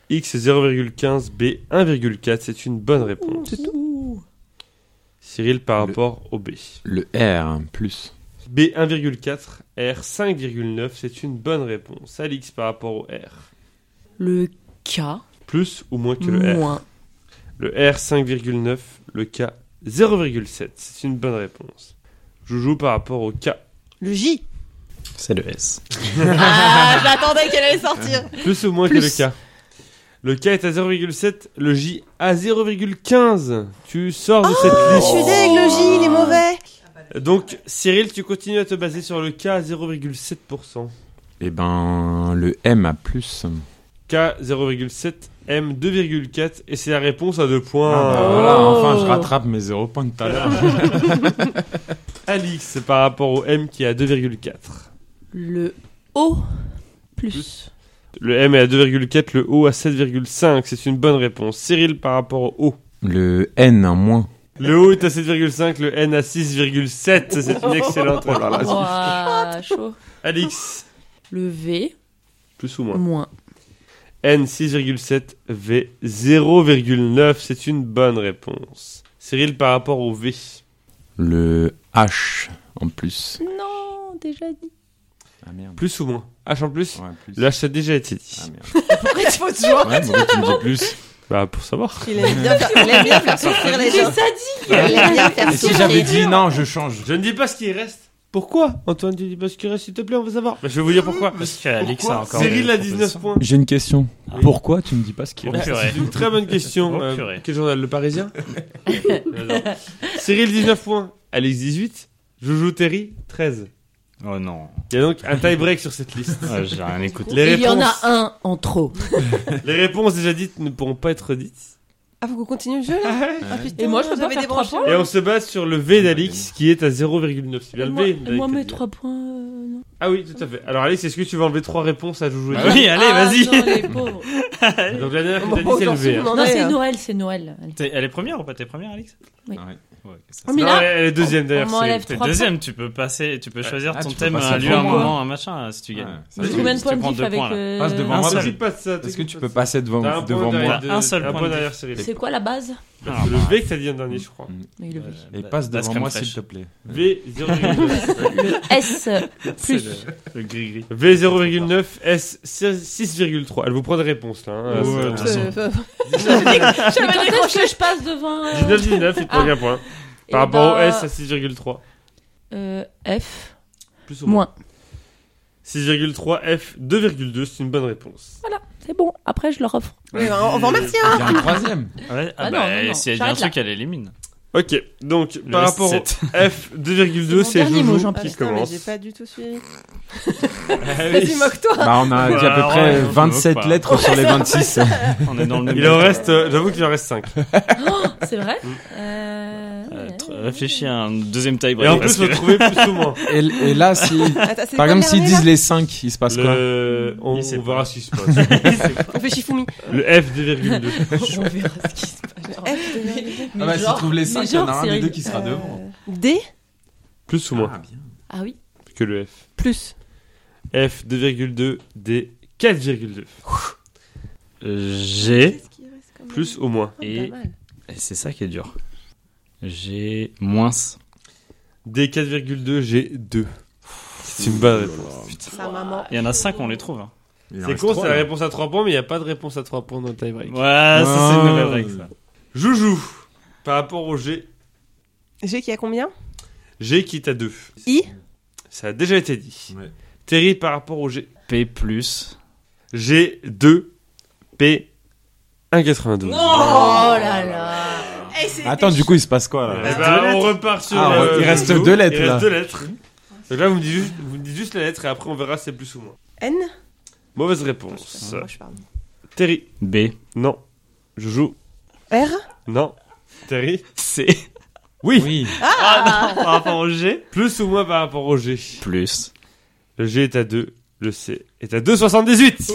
Speaker 3: X 0,15, B 1,4, c'est une bonne
Speaker 2: Ouh,
Speaker 3: réponse.
Speaker 2: C'est tout.
Speaker 3: Cyril par
Speaker 5: Le-
Speaker 3: rapport au B.
Speaker 5: Le R plus.
Speaker 3: B 1,4, R 5,9, c'est une bonne réponse. Alix par rapport au R.
Speaker 4: Le K,
Speaker 3: Plus ou moins que le R.
Speaker 4: moins.
Speaker 3: Le R 5,9, le K 0,7, c'est une bonne réponse. Joujou par rapport au K.
Speaker 2: Le J
Speaker 1: C'est le S.
Speaker 2: Ah, j'attendais qu'elle allait sortir.
Speaker 3: Plus ou moins
Speaker 4: Plus.
Speaker 3: que le K. Le K est à 0,7, le J à 0,15. Tu sors de
Speaker 5: Oh.
Speaker 2: Je suis
Speaker 3: cette liste.
Speaker 2: deg, le J, il est mauvais.
Speaker 3: Donc Cyril, tu continues à te baser sur le K à 0,7%.
Speaker 5: Eh ben, le M à plus.
Speaker 3: K 0,7, M 2,4 et c'est la réponse à deux points.
Speaker 5: Ah, bah Voilà, enfin, je rattrape mes 0 points de tout à l'heure.
Speaker 3: Alix c'est par rapport au M qui est à 2,4.
Speaker 4: Le O, plus.
Speaker 3: Le M est à 2,4, le O à 7,5. C'est une bonne réponse. Cyril par rapport au O.
Speaker 5: Le N à moins.
Speaker 3: Le O est à 7,5, le N à 6,7. C'est une excellente
Speaker 5: Oh
Speaker 3: réponse.
Speaker 4: Ouah, Ah, chaud.
Speaker 3: Alix,
Speaker 4: Le V,
Speaker 3: plus ou moins.
Speaker 4: moins.
Speaker 3: N 6,7, V 0,9. C'est une bonne réponse. Cyril par rapport au V.
Speaker 5: Le H en plus.
Speaker 4: Non, déjà dit.
Speaker 5: Ah merde.
Speaker 3: Plus ou moins. H en plus
Speaker 5: Ouais, plus.
Speaker 3: Le H a déjà été dit.
Speaker 5: Ah merde.
Speaker 2: Pourquoi tu faut
Speaker 5: Ouais,
Speaker 2: toujours
Speaker 5: pourquoi tu me dis plus
Speaker 3: Bah, pour savoir.
Speaker 2: Il aime bien faire, il aime bien faire souffrir les gens.
Speaker 4: ça
Speaker 2: Il aime bien faire
Speaker 5: Si
Speaker 2: souffrir.
Speaker 5: j'avais dit non, je change.
Speaker 3: Je ne dis pas ce qui reste. Pourquoi Antoine, tu dis pas ce qui reste, s'il te plaît, on veut savoir. Bah, je vais vous dire pourquoi.
Speaker 6: Parce qu'Alix
Speaker 3: Pourquoi
Speaker 6: a encore.
Speaker 3: Cyril
Speaker 6: des
Speaker 3: a 19
Speaker 6: propositions.
Speaker 3: points.
Speaker 5: J'ai une question.
Speaker 6: Oui.
Speaker 5: Ah Pourquoi tu me dis pas ce qui
Speaker 6: Oh,
Speaker 5: reste
Speaker 6: purée.
Speaker 3: C'est une très bonne question.
Speaker 6: Oh,
Speaker 3: Euh,
Speaker 6: purée.
Speaker 3: quel journal Le Parisien Non. Cyril 19 points, Alex 18, Joujou Terry 13.
Speaker 1: Oh non.
Speaker 3: Il y a donc un tie-break sur cette liste.
Speaker 1: Ah, J'ai rien écouté.
Speaker 3: Les
Speaker 4: Il y en a
Speaker 3: réponses-
Speaker 4: un en trop.
Speaker 3: Les réponses déjà dites ne pourront pas être dites.
Speaker 2: Ah, faut qu'on continue le jeu là Ah, putain,
Speaker 4: Et moi, je peux
Speaker 2: j'avais
Speaker 4: pas faire trois
Speaker 2: débranché.
Speaker 4: points
Speaker 3: Et on se base sur le V d'Alix qui est à 0,9. C'est bien le
Speaker 4: Moi,
Speaker 3: V. vous avez
Speaker 4: moi,
Speaker 3: été
Speaker 4: mes
Speaker 3: dit.
Speaker 4: 3 points. euh, non.
Speaker 3: Ah oui, tout à fait. Alors Alix, est-ce que tu vas enlever 3 réponses à Joujou et
Speaker 1: Bah
Speaker 3: Terry
Speaker 1: oui, allez,
Speaker 4: Ah,
Speaker 1: vas-y.
Speaker 4: Non, les pauvres.
Speaker 3: Donc la dernière que t'as dit,
Speaker 2: Bon,
Speaker 3: c'est le V. hein.
Speaker 2: j'en suis, on en
Speaker 4: Non,
Speaker 2: est,
Speaker 4: c'est
Speaker 2: hein.
Speaker 4: Noël, c'est Noël. Allez.
Speaker 1: T'es- Elle est première ou pas T'es première, Alex Ouais, ça,
Speaker 4: Ah, mais
Speaker 3: Non,
Speaker 4: là,
Speaker 3: elle est deuxième d'ailleurs.
Speaker 4: on m'enlève
Speaker 1: T'es
Speaker 4: trois points.
Speaker 1: deuxième, tu peux passer, tu peux choisir
Speaker 5: Ah,
Speaker 1: ton
Speaker 5: tu peux
Speaker 1: thème,
Speaker 5: passer
Speaker 1: un lieu, un
Speaker 5: devant moi.
Speaker 1: moment, un machin, euh, si tu gagnes.
Speaker 5: Ouais, ça
Speaker 4: J'ai
Speaker 5: se-
Speaker 4: combien de
Speaker 1: Je te
Speaker 4: points de
Speaker 1: prends
Speaker 4: diff
Speaker 1: deux
Speaker 4: avec
Speaker 1: points, là.
Speaker 4: euh,
Speaker 5: Passe devant
Speaker 1: Un
Speaker 5: moi.
Speaker 1: seul.
Speaker 5: parce
Speaker 3: T'occupe pas de ça.
Speaker 5: que- Est-ce que
Speaker 3: t'occupe
Speaker 5: tu
Speaker 3: pas
Speaker 5: peux
Speaker 3: de ça.
Speaker 5: passer devant,
Speaker 3: T'as un point
Speaker 5: devant
Speaker 3: derrière-
Speaker 5: moi
Speaker 3: de-
Speaker 1: Un seul
Speaker 3: un
Speaker 1: point
Speaker 3: point
Speaker 1: de
Speaker 3: derrière Cyril.
Speaker 4: C'est quoi la base
Speaker 1: Ah,
Speaker 3: Le V que t'as dit en dernier, je crois.
Speaker 4: Oui, le V.
Speaker 5: Et passe
Speaker 1: La- la
Speaker 5: devant
Speaker 1: crème
Speaker 5: moi,
Speaker 1: fraîche.
Speaker 5: s'il te plaît.
Speaker 3: V 0,9.
Speaker 4: S, plus.
Speaker 1: Le gris-gris.
Speaker 3: V 0,9, S 6,3. Elle vous prend des réponses là. hein.
Speaker 1: Ouais,
Speaker 3: Euh,
Speaker 1: ouais.
Speaker 3: c'est-
Speaker 2: Euh, euh,
Speaker 3: 19,
Speaker 4: Mais quand est-ce que je passe devant euh,
Speaker 3: 19, 19, il te prend
Speaker 4: Ah.
Speaker 3: un point.
Speaker 4: eh
Speaker 3: Par rapport au
Speaker 4: ben,
Speaker 3: S à 6,3.
Speaker 4: euh, F,
Speaker 3: Plus ou moins.
Speaker 4: moins.
Speaker 3: 6,3, F 2,2, c'est une bonne réponse.
Speaker 4: C'est bon, après, je leur offre.
Speaker 2: oui, on va remercier. hein.
Speaker 5: Il y a un troisième.
Speaker 1: Ouais, ah
Speaker 4: Ah non,
Speaker 1: bah,
Speaker 4: non, non,
Speaker 1: si elle dit un
Speaker 4: j'arrête là.
Speaker 1: truc, elle élimine.
Speaker 3: Ok, donc
Speaker 1: Le
Speaker 3: par rapport au
Speaker 1: S7.
Speaker 3: F 2,2,
Speaker 4: C'est mon
Speaker 3: c'est
Speaker 4: dernier mot, j'en
Speaker 3: Joujou
Speaker 2: Ah,
Speaker 3: qui
Speaker 4: prie.
Speaker 2: putain, mais
Speaker 3: commence.
Speaker 2: j'ai pas du tout suivi.
Speaker 3: Ah oui.
Speaker 2: Vas-y, moque-toi.
Speaker 5: Bah, on a dit à
Speaker 1: Bah,
Speaker 5: peu
Speaker 1: ouais,
Speaker 5: près
Speaker 1: on se moque
Speaker 5: 27
Speaker 1: pas.
Speaker 5: lettres sur les 26.
Speaker 1: On est dans le même.
Speaker 3: Il en reste, euh, j'avoue qu'il en reste 5.
Speaker 4: C'est vrai Euh,
Speaker 1: Euh,
Speaker 4: ouais.
Speaker 1: tr- Réfléchis à un deuxième tie
Speaker 3: Et en plus, vous trouvez plus ou moins.
Speaker 5: Et, et là, si.
Speaker 2: Attends, c'est
Speaker 5: Par
Speaker 2: quoi le
Speaker 5: exemple, s'ils
Speaker 2: dernier, là
Speaker 5: disent les 5, il se passe quoi
Speaker 3: Le- Ah On,
Speaker 1: Il sait
Speaker 3: on
Speaker 1: pas.
Speaker 3: verra ce qui se passe.
Speaker 2: On fait Shifumi.
Speaker 3: Le F 2,2.
Speaker 4: On verra ce qui se passe.
Speaker 2: F, de-
Speaker 4: Mais genre- mais genre, Cyril,
Speaker 5: sera
Speaker 2: euh, D
Speaker 3: Plus ou moins
Speaker 4: Ah oui
Speaker 3: que le F.
Speaker 2: plus.
Speaker 3: F 2,2, D 4,2.
Speaker 1: Euh, G.
Speaker 3: Plus ou moins.
Speaker 1: Et et c'est ça qui est dur. G moins.
Speaker 3: D 4,2, G 2. C'est une bonne réponse.
Speaker 2: Sa maman.
Speaker 1: Il y en a 5, on les trouve. hein.
Speaker 3: C'est con, c'est la réponse à 3 points, mais il n'y a pas de réponse à 3 points dans le tie-break.
Speaker 1: Ouais, ça c'est une nouvelle règle. ça.
Speaker 3: Joujou, par rapport au G,
Speaker 2: G qui a combien
Speaker 3: G qui est à 2.
Speaker 2: I
Speaker 3: Ça a déjà été dit.
Speaker 5: Ouais.
Speaker 3: Terry par rapport au G.
Speaker 1: P plus.
Speaker 3: G 2, P 1,92.
Speaker 4: Oh là là
Speaker 5: Attends, du coup, il se passe quoi là
Speaker 3: Eh
Speaker 1: reste
Speaker 3: ben,
Speaker 1: deux
Speaker 3: on
Speaker 1: lettres.
Speaker 3: repart sur.
Speaker 5: Ah,
Speaker 3: euh,
Speaker 5: il reste
Speaker 3: Jojo.
Speaker 5: deux lettres,
Speaker 3: Il reste
Speaker 5: là.
Speaker 3: deux lettres. Donc là, vous me, dites juste, vous me dites juste la lettre et après on verra si c'est plus ou moins.
Speaker 2: N
Speaker 3: Mauvaise réponse.
Speaker 2: Moi, je parle.
Speaker 3: Terry.
Speaker 1: B.
Speaker 3: Non. Joujou.
Speaker 2: R
Speaker 3: Non. Terry.
Speaker 1: C.
Speaker 5: Oui.
Speaker 1: Ah non, par rapport au G.
Speaker 3: Plus ou moins par rapport au G.
Speaker 1: Plus.
Speaker 3: Le G est à 2. Le C est à 2,78.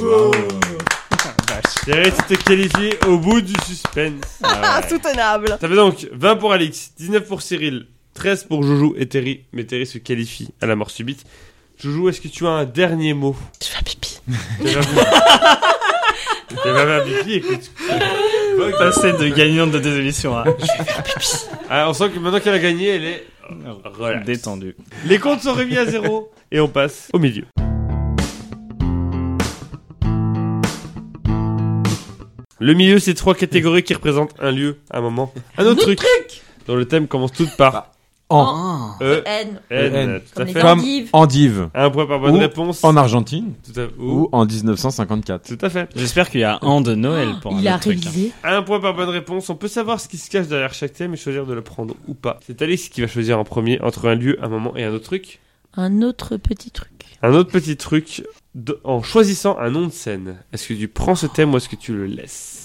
Speaker 3: Thierry, tu t'es qualifié au bout du suspense.
Speaker 2: Ah, soutenable
Speaker 3: Ça fait donc 20 pour Alix, 19 pour Cyril, 13 pour Joujou et Terry. Mais Terry se qualifie à la mort subite. Joujou, est-ce que tu as un dernier mot
Speaker 2: Je fais pipi.
Speaker 3: T'es pas- T'es pas mal pipi, écoute. Bah,
Speaker 1: Passer de gagnante de hein. désolation à
Speaker 3: Ah, on sent que maintenant qu'elle a gagné, elle est relax.
Speaker 1: détendue.
Speaker 3: Les comptes sont remis à zéro et on passe au milieu. Le milieu, c'est trois catégories qui représentent un lieu, un moment, un autre truc. dont le thème commence toutes par
Speaker 5: En,
Speaker 4: Ah.
Speaker 3: E,
Speaker 4: N
Speaker 3: N,
Speaker 5: N.
Speaker 3: tout à
Speaker 4: Comme les
Speaker 3: fait.
Speaker 5: Comme-
Speaker 4: endives
Speaker 5: endive.
Speaker 3: Un point par bonne
Speaker 5: Ou
Speaker 3: réponse.
Speaker 5: En Argentine
Speaker 3: Tout à, ou-
Speaker 5: ou en 1954.
Speaker 3: tout à fait.
Speaker 1: J'espère qu'il y a un de Noël pour
Speaker 4: Il
Speaker 1: un
Speaker 4: a
Speaker 1: autre truc. hein.
Speaker 4: révisé.
Speaker 3: Un point par bonne réponse. On peut savoir ce qui se cache derrière chaque thème et choisir de le prendre ou pas. C'est Alice qui va choisir en premier entre un lieu, un moment et un autre truc.
Speaker 4: Un autre petit truc.
Speaker 3: Un autre petit truc, de- en choisissant un nom de scène, est-ce que tu prends ce thème ou est-ce que tu le laisses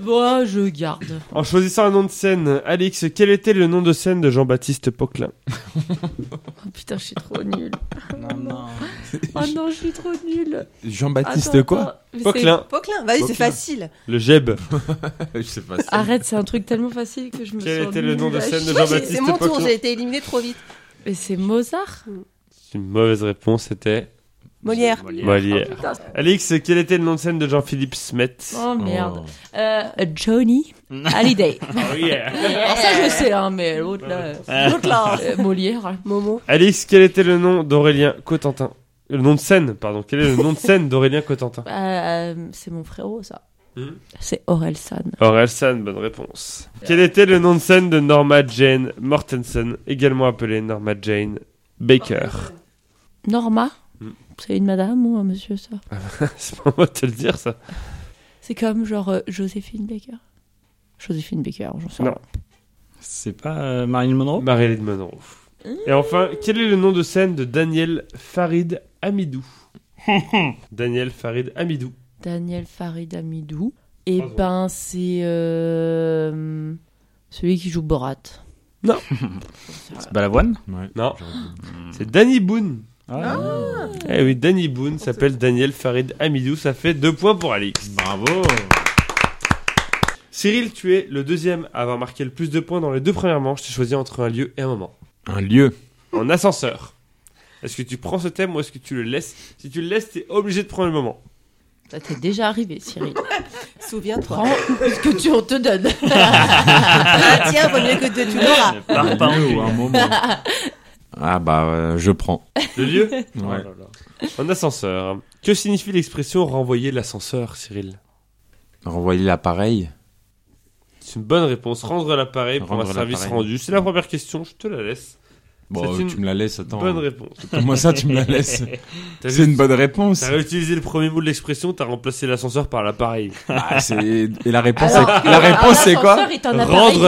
Speaker 4: Moi, je garde.
Speaker 3: En choisissant un nom de scène, Alix, quel était le nom de scène de Jean-Baptiste Poquelin
Speaker 4: Oh putain, je suis trop nulle.
Speaker 1: hein.
Speaker 4: Oh non, je suis trop nulle.
Speaker 5: Jean-Baptiste
Speaker 4: Attends,
Speaker 5: quoi
Speaker 4: attends. Mais c'est-
Speaker 3: Poquelin,
Speaker 2: Poquelin, vas-y, c'est
Speaker 5: Poquelin.
Speaker 2: facile.
Speaker 3: le Geb.
Speaker 5: Je sais pas. ça.
Speaker 4: Arrête, c'est un truc tellement facile que je me
Speaker 3: Quel
Speaker 4: sens
Speaker 3: était le nom
Speaker 4: nulle
Speaker 3: de
Speaker 4: à
Speaker 3: scène de
Speaker 4: chier.
Speaker 2: Moi, j'ai-
Speaker 3: Jean-Baptiste
Speaker 2: C'est mon tour,
Speaker 3: Poquelin.
Speaker 2: j'ai été éliminé trop vite.
Speaker 4: Mais c'est Mozart
Speaker 3: C'est Une mauvaise réponse, c'était
Speaker 2: Molière.
Speaker 3: Molière.
Speaker 4: Ah, Putain.
Speaker 3: Alix, quel était le nom de scène de Jean-Philippe Smet
Speaker 4: Oh merde.
Speaker 5: Oh.
Speaker 4: Euh, Johnny Hallyday.
Speaker 3: Oh,
Speaker 4: Alors ça, je sais, hein, mais l'autre là. euh,
Speaker 2: L'autre là.
Speaker 4: euh, Molière.
Speaker 2: Momo.
Speaker 3: Alix, quel était le nom d'Aurélien Cotentin Euh, Le nom de scène, pardon. Quel est le nom de scène d'Aurélien Cotentin
Speaker 4: Euh, euh, c'est mon frérot, ça.
Speaker 3: Hmm.
Speaker 4: C'est Orelsan.
Speaker 3: Orelsan, bonne réponse. Quel était le nom de scène de Norma Jane Mortensen, également appelée Norma Jane Baker
Speaker 4: Norma
Speaker 3: Hmm.
Speaker 4: C'est une madame ou un monsieur, ça
Speaker 3: C'est pas moi de te le dire, ça.
Speaker 4: C'est comme genre euh, Joséphine Baker. Joséphine Baker, j'en sais
Speaker 3: Non.
Speaker 4: rien.
Speaker 1: C'est pas euh, Marilyn Monroe
Speaker 3: Marilyn Monroe. Et enfin, quel est le nom de scène de Daniel Farid Amidou Daniel Farid Amidou.
Speaker 4: Daniel Farid Amidou. Et
Speaker 3: Pardon.
Speaker 4: ben, c'est euh, celui qui joue Borat.
Speaker 1: C'est Balavoine
Speaker 5: Ouais.
Speaker 3: Non,
Speaker 5: j'aurais dit.
Speaker 3: c'est Danny Boone.
Speaker 1: Ah.
Speaker 3: Eh oui, Danny Boone s'appelle Daniel Farid Amidou. Ça fait deux points pour Alix.
Speaker 5: Bravo.
Speaker 3: Cyril, tu es le deuxième à avoir marqué le plus de points dans les deux premières manches. Tu choisis entre un lieu et un moment.
Speaker 5: Un lieu.
Speaker 3: en ascenseur. Est-ce que tu prends ce thème ou est-ce que tu le laisses Si tu le laisses, t'es obligé de prendre le moment.
Speaker 4: Ça t'est déjà arrivé, Cyril.
Speaker 2: Souviens-toi.
Speaker 4: Prends ce que tu on te donne.
Speaker 2: Ah, tiens, vaut mieux que deux, tu l'auras.
Speaker 1: Par par
Speaker 5: lieu
Speaker 1: où,
Speaker 5: ou
Speaker 1: hein.
Speaker 5: un moment. Ah bah euh, je prends.
Speaker 3: Le lieu Oh
Speaker 5: Ouais.
Speaker 3: là là. En ascenseur. Que signifie l'expression renvoyer l'ascenseur, Cyril
Speaker 5: Renvoyer l'appareil.
Speaker 3: C'est une bonne réponse. Rendre l'appareil pour
Speaker 5: Rendre
Speaker 3: un service
Speaker 5: l'appareil.
Speaker 3: rendu. C'est la première question, je te la laisse.
Speaker 5: Bon, euh,
Speaker 3: C'est une
Speaker 5: tu me la laisses, attends.
Speaker 3: Bonne réponse.
Speaker 5: Comment ça, tu me la laisses
Speaker 3: T'as
Speaker 5: C'est
Speaker 3: juste-
Speaker 5: une bonne réponse.
Speaker 3: T'as réutilisé le premier mot de l'expression, t'as remplacé l'ascenseur par l'appareil.
Speaker 5: Ah, c'est- Et la réponse,
Speaker 4: Alors
Speaker 5: c'est-
Speaker 4: que
Speaker 5: la réponse c'est quoi
Speaker 4: l'ascenseur est un
Speaker 3: Rendre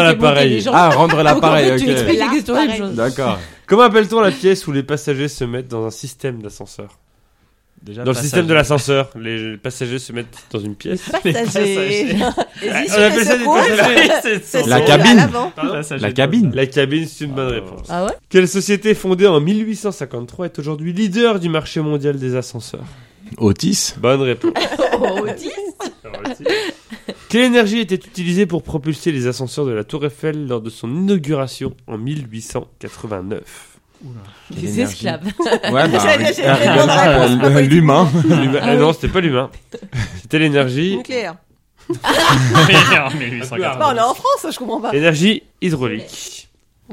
Speaker 3: l'appareil.
Speaker 4: appareil qui fait monter les gens.
Speaker 5: Ah, rendre
Speaker 4: Donc, en
Speaker 5: l'appareil,
Speaker 4: fait, tu
Speaker 5: ok.
Speaker 4: expliques exactement la même chose.
Speaker 5: D'accord.
Speaker 3: Comment appelle-t-on la pièce où les passagers se mettent dans un système d'ascenseur
Speaker 1: Déjà,
Speaker 3: Dans le
Speaker 1: passage.
Speaker 3: système de l'ascenseur, les passagers se mettent dans une pièce.
Speaker 2: Passager.
Speaker 3: Ah,
Speaker 2: Les issues
Speaker 3: on appelle
Speaker 2: de
Speaker 3: ça des
Speaker 2: secours,
Speaker 3: passagers.
Speaker 1: C'est
Speaker 2: c'est
Speaker 1: ça.
Speaker 5: La
Speaker 2: celui-là,
Speaker 5: cabine.
Speaker 2: l'avant.
Speaker 3: Pardon
Speaker 1: Passage
Speaker 5: La
Speaker 1: de-
Speaker 5: cabine.
Speaker 3: La cabine, c'est une bonne
Speaker 1: Ah.
Speaker 3: réponse.
Speaker 4: Ah ouais
Speaker 3: Quelle société fondée en 1853 est aujourd'hui leader du marché mondial des ascenseurs
Speaker 5: Otis.
Speaker 3: Bonne réponse.
Speaker 4: Oh, dis.
Speaker 3: Quelle énergie était utilisée pour propulser les ascenseurs de la Tour Eiffel lors de son inauguration en 1889
Speaker 5: Quelle
Speaker 4: Les
Speaker 5: énergie.
Speaker 4: esclaves.
Speaker 5: Ouais, bah,
Speaker 2: J'allais-
Speaker 5: oui.
Speaker 2: j'allais
Speaker 5: Ah,
Speaker 2: répondre à la réponse,
Speaker 5: rigole, euh, L'humain.
Speaker 3: L'humain- Ah non, c'était pas l'humain. C'était l'énergie.
Speaker 2: Nucléaire.
Speaker 1: en 1880.
Speaker 2: Bah, on est en France, je comprends pas.
Speaker 3: Énergie hydraulique.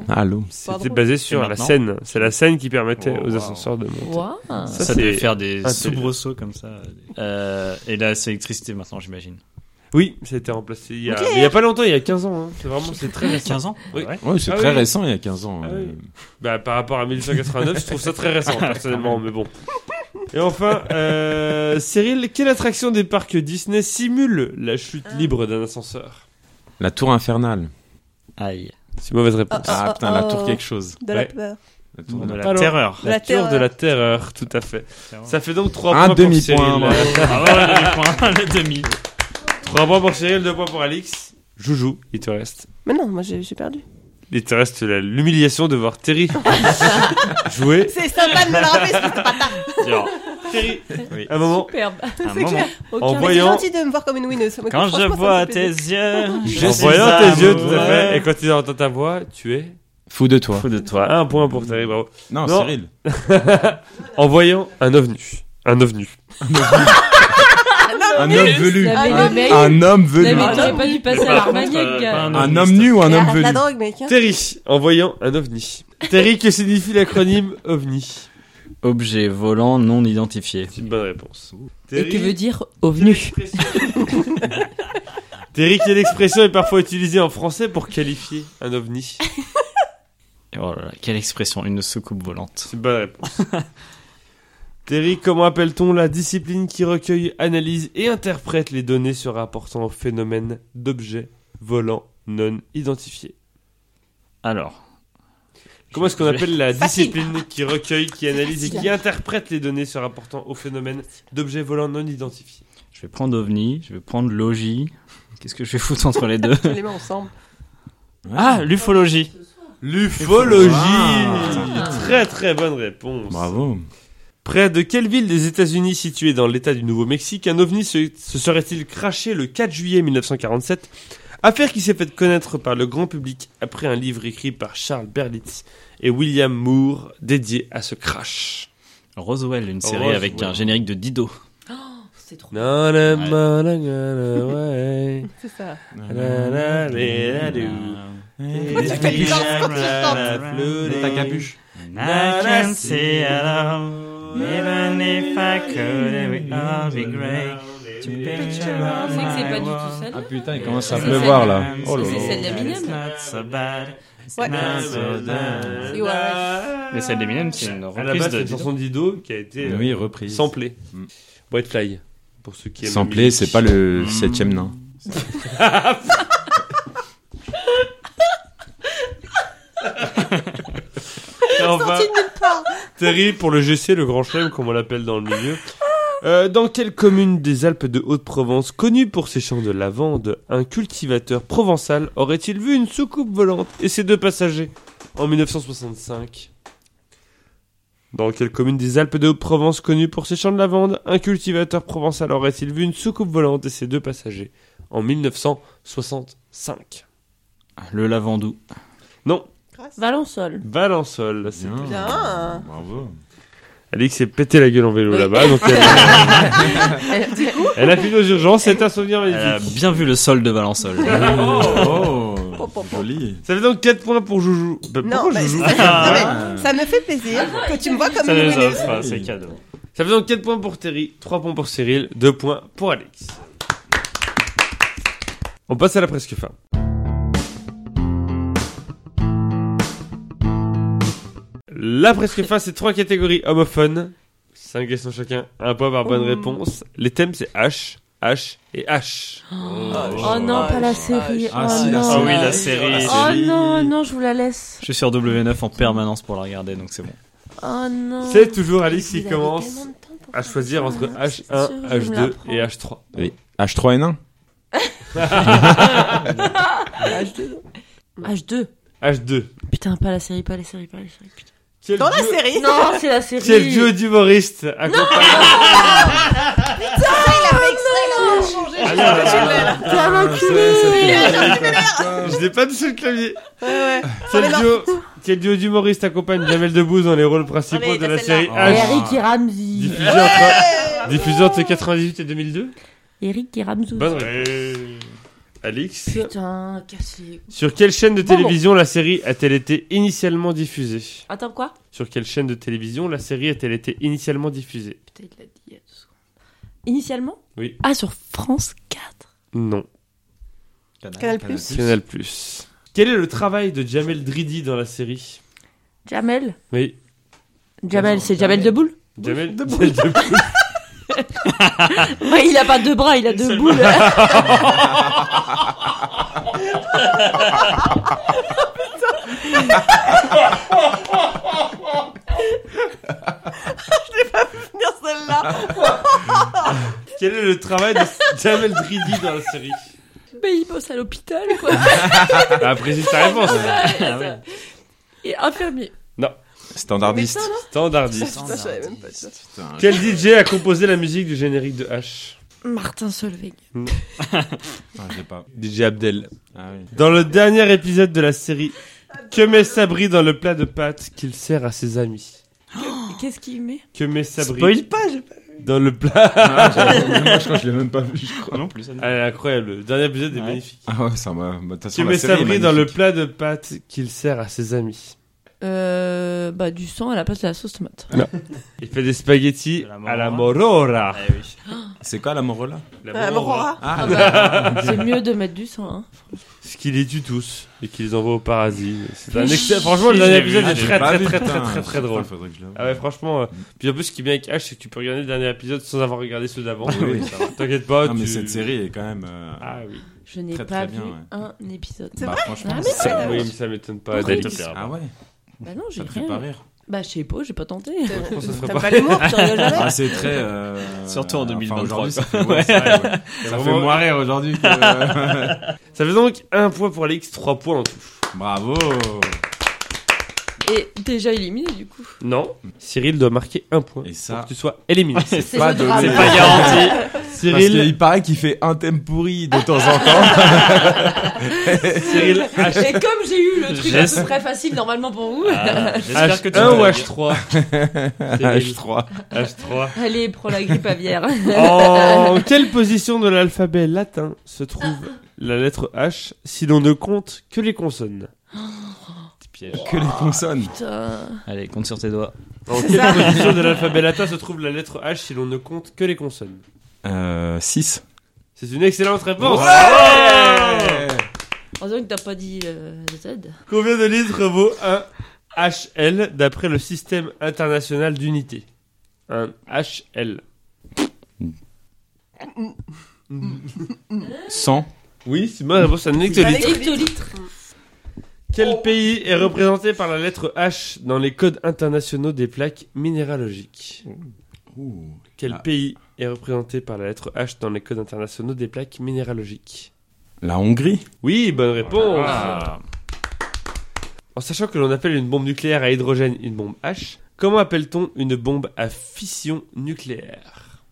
Speaker 5: Allô.
Speaker 3: C'était
Speaker 2: drôle.
Speaker 3: basé sur
Speaker 1: Et
Speaker 3: la
Speaker 1: maintenant
Speaker 3: Seine. C'est la Seine qui permettait
Speaker 1: Oh,
Speaker 3: aux
Speaker 1: wow.
Speaker 3: ascenseurs de monter.
Speaker 4: Wow.
Speaker 1: Ça,
Speaker 3: Ça,
Speaker 1: devait
Speaker 3: c'est
Speaker 1: faire des
Speaker 3: intelligent.
Speaker 1: soubresauts comme ça. Euh, et là, c'est l'électricité maintenant, j'imagine.
Speaker 3: Oui, ça a été remplacé il y a, mais il y a pas longtemps, il y a 15 ans. hein. C'est vraiment, c'est très récent.
Speaker 1: 15 ans
Speaker 3: Oui.
Speaker 1: Ouais.
Speaker 5: Ouais, c'est
Speaker 3: Ah
Speaker 5: très
Speaker 3: oui.
Speaker 5: récent, il y a 15 ans.
Speaker 3: Ah
Speaker 5: euh.
Speaker 3: oui. Bah, par rapport à 1889, je trouve ça très récent, personnellement, mais bon. Et enfin, euh, Cyril, quelle attraction des parcs Disney simule la chute libre d'un ascenseur
Speaker 5: La tour infernale.
Speaker 1: Aïe.
Speaker 3: C'est mauvaise réponse.
Speaker 2: Ah,
Speaker 5: Ah putain, la
Speaker 2: oh.
Speaker 5: tour quelque chose.
Speaker 2: De la
Speaker 3: Ouais.
Speaker 2: peur.
Speaker 5: La tour
Speaker 1: De
Speaker 5: de la-
Speaker 1: la
Speaker 3: Alors-
Speaker 1: terreur.
Speaker 2: La
Speaker 3: tour de
Speaker 2: terreur.
Speaker 3: la terreur, tout à fait. Ça fait donc 3
Speaker 5: Un
Speaker 3: points pour
Speaker 5: demi-point,
Speaker 3: Cyril.
Speaker 5: bravo.
Speaker 1: Ah ouais, ouais, le demi-point, le demi.
Speaker 3: 3 points pour Cyril, 2 points pour Alix. Joujou, il te reste.
Speaker 2: Mais non, moi j'ai j'ai perdu.
Speaker 3: Il te reste la- l'humiliation de voir Terry jouer.
Speaker 2: C'est sympa de me le rappeler, parce que c'était pas tard.
Speaker 1: Alors,
Speaker 3: Terry,
Speaker 5: Oui.
Speaker 3: un moment,
Speaker 4: Superbe.
Speaker 1: un moment.
Speaker 3: en
Speaker 2: Mais c'est
Speaker 3: voyant,
Speaker 2: gentil de me voir comme une winneuse. Moi,
Speaker 1: Quand je
Speaker 2: franchement, ça me
Speaker 1: vois
Speaker 2: fait
Speaker 1: tes
Speaker 2: plaisir.
Speaker 1: yeux, je
Speaker 3: en
Speaker 1: suis
Speaker 3: voyant tes yeux, tout à
Speaker 1: amoureux.
Speaker 3: fait, et quand il entend ta voix, tu es
Speaker 5: Fou de toi.
Speaker 1: Fou de toi.
Speaker 3: un point pour Terry, bravo.
Speaker 5: Non,
Speaker 3: Non.
Speaker 5: Cyril.
Speaker 3: En voyant un ovni. Un ovni.
Speaker 5: Un homme velu. Ah,
Speaker 4: la
Speaker 5: Un,
Speaker 4: belle
Speaker 5: un homme velu.
Speaker 4: Non, mais
Speaker 2: Ah,
Speaker 4: t'aurais
Speaker 2: non.
Speaker 4: pas dû passer
Speaker 1: Mais
Speaker 4: à
Speaker 1: par
Speaker 4: l'armagnac,
Speaker 1: contre, euh,
Speaker 4: gars.
Speaker 1: pas
Speaker 5: Un homme nu ou un
Speaker 2: Mais
Speaker 5: homme
Speaker 2: arrête La
Speaker 5: velu
Speaker 2: drogue, mec. hein.
Speaker 3: Terry, en voyant un ovni. Terry, que signifie l'acronyme ovni
Speaker 1: Objet volant non identifié.
Speaker 3: C'est une bonne réponse.
Speaker 4: Et que veut dire ovni
Speaker 3: Terry, quelle expression est parfois utilisée en français pour qualifier un ovni
Speaker 1: Et Oh là là, quelle expression, une soucoupe volante.
Speaker 3: C'est une bonne réponse. Terry, comment appelle-t-on la discipline qui recueille, analyse et interprète les données se rapportant au phénomène d'objets volants non identifiés
Speaker 1: Alors.
Speaker 3: Comment est-ce qu'on
Speaker 1: Je vais-
Speaker 3: appelle la
Speaker 2: Facile.
Speaker 3: discipline qui recueille, qui analyse et qui interprète les données se rapportant au phénomène d'objets volants non identifiés
Speaker 1: Je vais prendre OVNI, je vais prendre logis. Qu'est-ce que je vais foutre entre les deux
Speaker 2: Je les mets ensemble.
Speaker 1: Ah, l'ufologie.
Speaker 3: L'ufologie
Speaker 5: Ah.
Speaker 3: Très très bonne réponse.
Speaker 5: Bravo.
Speaker 3: Près de quelle ville des États-Unis située dans l'état du Nouveau-Mexique un ovni se, se serait-il craché le 4 juillet 1947 Affaire qui s'est faite connaître par le grand public après un livre écrit par Charles Berlitz et William Moore dédié à ce crash.
Speaker 1: Roswell, une série
Speaker 3: Roswell.
Speaker 1: avec un générique de Dido.
Speaker 4: C'est trop.
Speaker 3: Na, na, ma, na, na, na, ouais.
Speaker 2: C'est ça.
Speaker 3: Na, na, na, na, na.
Speaker 2: Pourquoi tu fais le danse quand tu chantes
Speaker 5: Ta capuche.
Speaker 1: I can see it all, even if I could, it would all be great. To picture all
Speaker 4: Je sais que c'est
Speaker 1: my
Speaker 4: pas du
Speaker 1: world.
Speaker 4: tout celle-là.
Speaker 5: Ah, putain, il commence
Speaker 4: à
Speaker 5: à
Speaker 4: C'est pleuvoir,
Speaker 5: pleuvoir
Speaker 4: celle-
Speaker 5: là.
Speaker 1: Oh
Speaker 4: là c'est là. celle d'Eminem.
Speaker 1: It's not so bad, it's
Speaker 2: Ouais.
Speaker 1: not so bad.
Speaker 2: You are
Speaker 1: Mais celle d'Eminem, c'est une
Speaker 3: À la
Speaker 1: reprise
Speaker 3: base, c'est
Speaker 1: de
Speaker 3: une
Speaker 1: Dido.
Speaker 3: chanson de Dido qui a été euh,
Speaker 5: Oui, reprise.
Speaker 3: samplée.
Speaker 5: Mm.
Speaker 3: Whitefly, pour ceux qui aiment la
Speaker 5: Samplé,
Speaker 3: musique.
Speaker 5: c'est pas le septième nain.
Speaker 3: Et enfin,
Speaker 2: Sorti de nulle part.
Speaker 3: Terry, pour le GC, le grand chelem, comme on l'appelle dans le milieu. Euh, dans quelle commune des Alpes de Haute-Provence, connue pour ses champs de lavande, un cultivateur provençal aurait-il vu une soucoupe volante et ses deux passagers en 1965 Dans quelle commune des Alpes de Haute-Provence, connue pour ses champs de lavande, un cultivateur provençal aurait-il vu une soucoupe volante et ses deux passagers en 1965
Speaker 1: Le lavandou.
Speaker 3: Non,
Speaker 2: Bah,
Speaker 4: Valensole.
Speaker 3: Valensole. c'est-
Speaker 2: Bien.
Speaker 5: Bravo.
Speaker 3: Alix s'est pété la gueule en vélo là-bas, donc elle... Elle a fini aux urgences, c'est un souvenir
Speaker 1: Elle a
Speaker 3: magnifique.
Speaker 1: bien vu le sol de Valensole.
Speaker 5: Oh,
Speaker 2: Pop, pop, pop.
Speaker 5: joli.
Speaker 3: Ça fait donc 4 points pour Joujou. Bah,
Speaker 2: Non,
Speaker 3: pourquoi
Speaker 2: bah,
Speaker 3: Joujou
Speaker 2: ça, ça- ça me fait plaisir que tu me vois comme
Speaker 1: Ça
Speaker 2: une
Speaker 1: les
Speaker 2: winneuse.
Speaker 1: offre, c'est cadeau.
Speaker 3: Ça fait donc 4 points pour Terry, 3 points pour Cyril, 2 points pour Alex. On passe à la presque fin. La presque fin, c'est 3 catégories homophones. 5 questions chacun, un point par bonne réponse. Les thèmes, c'est H, H et H.
Speaker 4: Oh non, pas la série.
Speaker 5: Ah,
Speaker 4: oh
Speaker 5: si, la
Speaker 4: non.
Speaker 1: Ah oui, la
Speaker 5: Ah,
Speaker 1: série.
Speaker 5: c'est-
Speaker 4: Oh
Speaker 5: série.
Speaker 4: non, non, je vous la laisse.
Speaker 1: Je suis sur W9 en permanence pour la regarder, donc c'est bon.
Speaker 4: Oh non.
Speaker 3: C'est toujours Alex qui
Speaker 4: Vous avez
Speaker 3: commence
Speaker 4: tellement de temps pour
Speaker 3: à
Speaker 4: faire
Speaker 3: choisir
Speaker 4: ça.
Speaker 3: entre
Speaker 4: C'est sûr,
Speaker 3: H1,
Speaker 4: je vais me la
Speaker 3: H2
Speaker 4: prendre.
Speaker 3: et H3.
Speaker 5: H3N1
Speaker 4: H2.
Speaker 3: H2.
Speaker 4: Putain, pas la série, pas la série, pas la série. putain.
Speaker 3: Quel
Speaker 2: Dans la
Speaker 3: duo-
Speaker 2: série
Speaker 4: Non, c'est la série.
Speaker 3: Quel duo d'humoristes accompagne
Speaker 2: Changer.
Speaker 4: T'es un enculé.
Speaker 3: Je n'ai pas de seul clavier.
Speaker 2: Ouais, ouais.
Speaker 3: Quel duo, quel duo d'humoristes accompagne Jamel Debbouze dans les rôles principaux
Speaker 2: Allez,
Speaker 3: de
Speaker 2: t'as
Speaker 3: la série
Speaker 5: celle-là.
Speaker 4: Et
Speaker 3: H
Speaker 4: Eric et Ramsey.
Speaker 3: diffusée entre, diffusée entre 98 et 2002
Speaker 4: Eric et Ramsey.
Speaker 3: Bonne réponse. Alix
Speaker 4: Putain, cassé.
Speaker 3: Sur quelle chaîne de
Speaker 4: Bon,
Speaker 3: télévision la série a-t-elle été initialement diffusée
Speaker 4: Attends, quoi
Speaker 3: Sur quelle chaîne de télévision la série a-t-elle été initialement diffusée
Speaker 4: Putain, il l'a dit il y a deux secondes. Initialement
Speaker 3: Oui.
Speaker 4: Ah, sur France 4.
Speaker 3: Non.
Speaker 2: Canal Plus.
Speaker 3: Canal+. Quel est le travail de Jamel Dridi dans la série
Speaker 4: Jamel
Speaker 3: Oui.
Speaker 4: Jamel, c'est Jamel Debbouze
Speaker 3: Jamel,
Speaker 4: Ouais, il a pas deux bras, il a deux boules.
Speaker 2: Venir celle-là.
Speaker 3: quel est le travail de Jamel Dridi dans la série
Speaker 4: Mais il bosse à l'hôpital, quoi.
Speaker 3: Ah, précise ta réponse.
Speaker 4: Et infirmier.
Speaker 5: Standardiste.
Speaker 3: Standardiste.
Speaker 2: Putain, je savais même pas ça.
Speaker 5: Putain,
Speaker 3: Quel DJ a composé la musique du générique de H
Speaker 4: Martin Solveig.
Speaker 5: putain, je l'ai pas.
Speaker 3: DJ Abdel.
Speaker 5: Ah oui.
Speaker 3: Dans le dernier épisode de la série, que met Sabri dans le plat de pâtes qu'il sert à ses amis
Speaker 4: Qu'est-ce qu'il met
Speaker 3: Que met Sabri
Speaker 1: Spoil
Speaker 2: Pas, j'ai pas-
Speaker 3: dans le plat
Speaker 5: Ah, j'avais- moi, je crois que je l'ai même pas vu, je crois.
Speaker 1: Ah non plus.
Speaker 3: Elle est Ah, incroyable, le dernier épisode est
Speaker 1: Ouais.
Speaker 3: magnifique.
Speaker 5: Ah ouais, ça m'a. bah, de toute
Speaker 3: Que
Speaker 5: façon, la
Speaker 3: met
Speaker 5: série est
Speaker 3: Sabri dans le
Speaker 5: magnifique.
Speaker 3: plat de pâtes qu'il sert à ses amis
Speaker 4: Euh, bah, du sang à la place de la sauce tomate.
Speaker 3: Il fait des spaghettis
Speaker 1: De la
Speaker 3: à la
Speaker 1: morora.
Speaker 3: morora.
Speaker 5: C'est quoi la morola
Speaker 2: Ah, Aurora.
Speaker 5: Ah,
Speaker 4: C'est mieux de mettre du sang, hein.
Speaker 3: Ce qui les tue tous et qui les envoie au paradis. C'est un
Speaker 4: Mais
Speaker 3: excellent.
Speaker 4: si,
Speaker 3: Franchement, le
Speaker 1: je
Speaker 3: dernier
Speaker 1: l'ai vu,
Speaker 3: épisode est
Speaker 1: je l'ai
Speaker 3: très
Speaker 5: Pas
Speaker 3: très
Speaker 5: vu,
Speaker 3: très très
Speaker 5: putain,
Speaker 3: très très
Speaker 5: putain,
Speaker 3: drôle.
Speaker 5: faudrait que je la voie.
Speaker 3: Ah ouais, franchement. euh, Puis en plus, ce qui est bien avec H, c'est que tu peux regarder le dernier épisode sans avoir regardé ceux d'avant.
Speaker 5: Ah Oui.
Speaker 3: Ça va. T'inquiète pas.
Speaker 5: Non, mais
Speaker 3: tu-
Speaker 5: cette série est quand même. euh,
Speaker 3: Ah oui.
Speaker 4: Je n'ai
Speaker 5: Très,
Speaker 4: pas
Speaker 5: très bien,
Speaker 4: vu
Speaker 5: ouais.
Speaker 4: un épisode.
Speaker 5: bah, franchement,
Speaker 4: Ah,
Speaker 5: c'est-
Speaker 3: Ça- oui, mais ça m'étonne pas.
Speaker 4: Oui.
Speaker 3: David.
Speaker 5: Ah ouais,
Speaker 4: Bah non, j'ai
Speaker 5: ça te fait pas
Speaker 4: rien.
Speaker 5: rire.
Speaker 4: Bah, je sais pas, j'ai pas tenté.
Speaker 3: pense que ça serait
Speaker 2: T'as
Speaker 3: pas-
Speaker 2: pas l'humour, tu rigoles jamais.
Speaker 5: Ah, c'est très. euh,
Speaker 1: Surtout en
Speaker 5: enfin,
Speaker 1: 2023,
Speaker 5: aujourd'hui, ça
Speaker 1: quoi.
Speaker 5: fait, ouais,
Speaker 1: Ouais.
Speaker 5: c'est vrai, ouais.
Speaker 3: Il y a
Speaker 5: Ça
Speaker 3: vraiment-
Speaker 5: fait moins rire aujourd'hui que.
Speaker 3: Ça fait donc un point pour Alex, trois points en tout.
Speaker 5: Bravo
Speaker 4: Et déjà éliminé, du coup.
Speaker 3: Non, Cyril doit marquer un point
Speaker 5: Et
Speaker 3: pour
Speaker 5: ça,
Speaker 3: que tu sois éliminé.
Speaker 4: C'est
Speaker 5: pas
Speaker 4: le
Speaker 5: de-
Speaker 4: drame.
Speaker 5: c'est
Speaker 1: Pas garanti.
Speaker 5: Parce
Speaker 3: Cyril,
Speaker 5: qu'il paraît qu'il fait un thème pourri de temps en temps.
Speaker 3: Cyril H.
Speaker 4: Et comme j'ai eu le truc à
Speaker 1: J'espère-
Speaker 4: peu près facile normalement pour vous,
Speaker 1: Ah, J'espère que tu
Speaker 3: H1 ou
Speaker 1: vas-
Speaker 3: H3 Cyril,
Speaker 5: H3.
Speaker 3: H3.
Speaker 4: allez, prends la grippe aviaire.
Speaker 3: En Oh, quelle position de l'alphabet latin se trouve la lettre H si l'on ne compte que les consonnes
Speaker 1: Petit piège.
Speaker 5: Que les consonnes.
Speaker 4: Putain.
Speaker 1: Allez, compte sur tes doigts.
Speaker 3: En quelle position de l'alphabet latin se trouve la lettre H si l'on ne compte que les consonnes
Speaker 5: Euh. 6.
Speaker 3: C'est une excellente réponse
Speaker 5: Eh.
Speaker 4: Heureusement que t'as pas dit euh, Z.
Speaker 3: Combien de litres vaut un HL d'après le système international d'unité Un HL.
Speaker 5: 100.
Speaker 3: Oui, c'est ma réponse, un hectolitre.
Speaker 4: Hectolitre.
Speaker 3: Quel pays est représenté par la lettre H dans les codes internationaux des plaques minéralogiques Quel
Speaker 5: Ah.
Speaker 3: pays est représenté par la lettre H dans les codes internationaux des plaques minéralogiques
Speaker 5: La Hongrie.
Speaker 3: Oui, bonne réponse
Speaker 1: Ah.
Speaker 3: En sachant que l'on appelle une bombe nucléaire à hydrogène une bombe H, comment appelle-t-on une bombe à fission nucléaire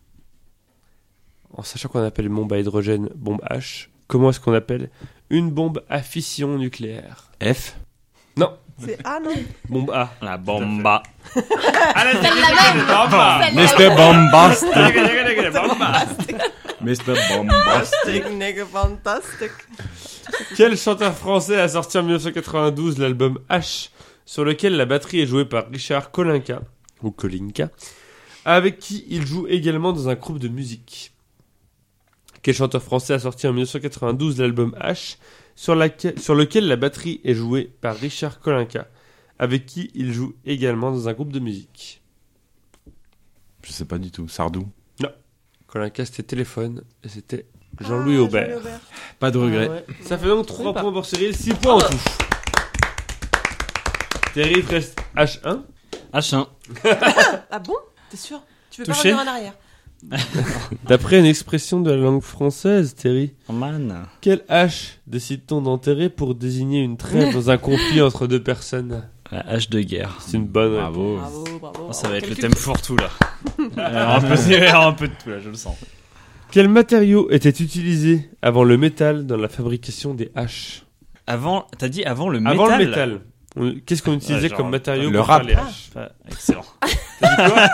Speaker 3: En sachant qu'on appelle une bombe à hydrogène bombe H, comment est-ce qu'on appelle une bombe à fission nucléaire
Speaker 5: F.
Speaker 2: C'est ah non.
Speaker 3: Bombe A.
Speaker 1: La bomba.
Speaker 5: Mr. Bombastic. Mr. Bombastic.
Speaker 2: Nigga fantastic.
Speaker 3: Quel chanteur français a sorti en 1992 l'album H, sur lequel la batterie est jouée par Richard Kolinka, ou Kolinka, avec qui il joue également dans un groupe de musique Quel chanteur français a sorti en 1992 l'album H, sur, laquelle- sur lequel la batterie est jouée par Richard Kolinka, avec qui il joue également dans un groupe de musique
Speaker 5: Je sais pas du tout. Sardou.
Speaker 3: Kolinka, c'était téléphone, et c'était
Speaker 2: Ah,
Speaker 3: Jean-Louis Aubert.
Speaker 5: Pas de regret.
Speaker 3: Ça fait donc 3 points pour Cyril, 6 points en
Speaker 5: Ah.
Speaker 3: tout. Terry reste H1.
Speaker 1: H1.
Speaker 2: Ah bon T'es sûr Tu veux
Speaker 1: Touché
Speaker 2: pas revenir en arrière
Speaker 3: D'après une expression de la langue française, Terry,
Speaker 1: Man.
Speaker 3: quel H décide-t-on d'enterrer pour désigner une trêve dans un conflit entre deux personnes
Speaker 1: La euh, H de guerre.
Speaker 3: C'est une bonne. réponse.
Speaker 5: Bravo.
Speaker 2: Bravo, bravo.
Speaker 1: Oh, ça va être le
Speaker 2: Quelques-
Speaker 1: thème fourre-tout là. Alors, Euh, un peu, il y aura un peu de tout là, je le sens.
Speaker 3: Quel matériau était utilisé avant le métal dans la fabrication des H
Speaker 1: Avant, t'as dit avant le métal.
Speaker 3: Avant le métal. on- Qu'est-ce qu'on utilisait
Speaker 1: Ouais, genre,
Speaker 3: comme matériau
Speaker 5: Ah, le
Speaker 3: pour
Speaker 5: rap.
Speaker 3: faire les H
Speaker 1: Enfin, Ah, excellent.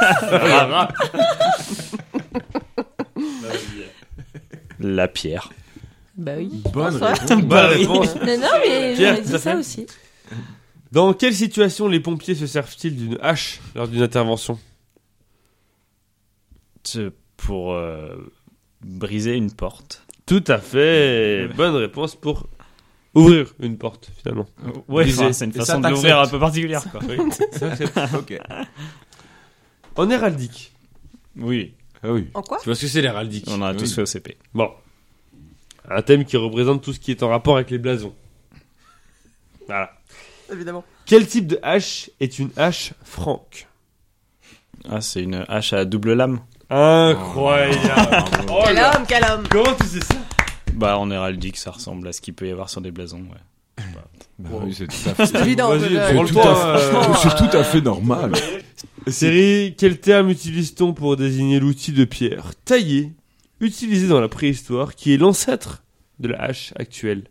Speaker 1: La pierre.
Speaker 4: Bah oui.
Speaker 5: Bonne
Speaker 2: Bonsoir.
Speaker 5: réponse.
Speaker 3: Bonne réponse.
Speaker 4: Mais non, mais
Speaker 3: Pierre,
Speaker 4: j'aurais dit
Speaker 3: ça
Speaker 4: ça,
Speaker 3: fait-
Speaker 4: aussi.
Speaker 3: Dans quelle situation les pompiers se servent-ils d'une hache lors d'une intervention
Speaker 1: C'est Pour euh, briser une porte.
Speaker 3: Tout à fait. Bonne réponse pour ouvrir une porte, finalement.
Speaker 1: Euh, Ouais,
Speaker 3: Briser.
Speaker 1: enfin, c'est une
Speaker 5: Et ça,
Speaker 1: façon de
Speaker 5: t'acceptes.
Speaker 1: l'ouvrir un peu particulière quoi.
Speaker 3: Oui.
Speaker 5: Ok.
Speaker 3: En héraldique.
Speaker 1: Oui,
Speaker 5: Ah oui.
Speaker 2: En quoi
Speaker 6: Tu vois ce que c'est l'héraldique
Speaker 1: on en a
Speaker 5: Oui.
Speaker 1: tous fait au CP.
Speaker 3: Bon. Un thème qui représente tout ce qui est en rapport avec les blasons. Voilà.
Speaker 2: Évidemment.
Speaker 3: Quel type de hache est une hache franque
Speaker 1: Ah, c'est une hache à double lame
Speaker 3: Incroyable Oh
Speaker 2: Quel
Speaker 3: là
Speaker 2: homme, quel homme
Speaker 3: Comment tu sais ça
Speaker 1: Bah, en héraldique, ça ressemble à ce qu'il peut y avoir sur des blasons, ouais.
Speaker 5: Bah
Speaker 3: Wow.
Speaker 5: oui, c'est tout à fait.
Speaker 2: C'est évident.
Speaker 3: Vas-y,
Speaker 2: je- je-
Speaker 5: C'est
Speaker 3: prends-le
Speaker 5: tout
Speaker 3: toi,
Speaker 5: à fait-
Speaker 3: euh,
Speaker 5: c'est tout à fait normal.
Speaker 3: Série, quel terme utilise-t-on pour désigner l'outil de pierre taillé, utilisé dans la préhistoire, qui est l'ancêtre de la hache actuelle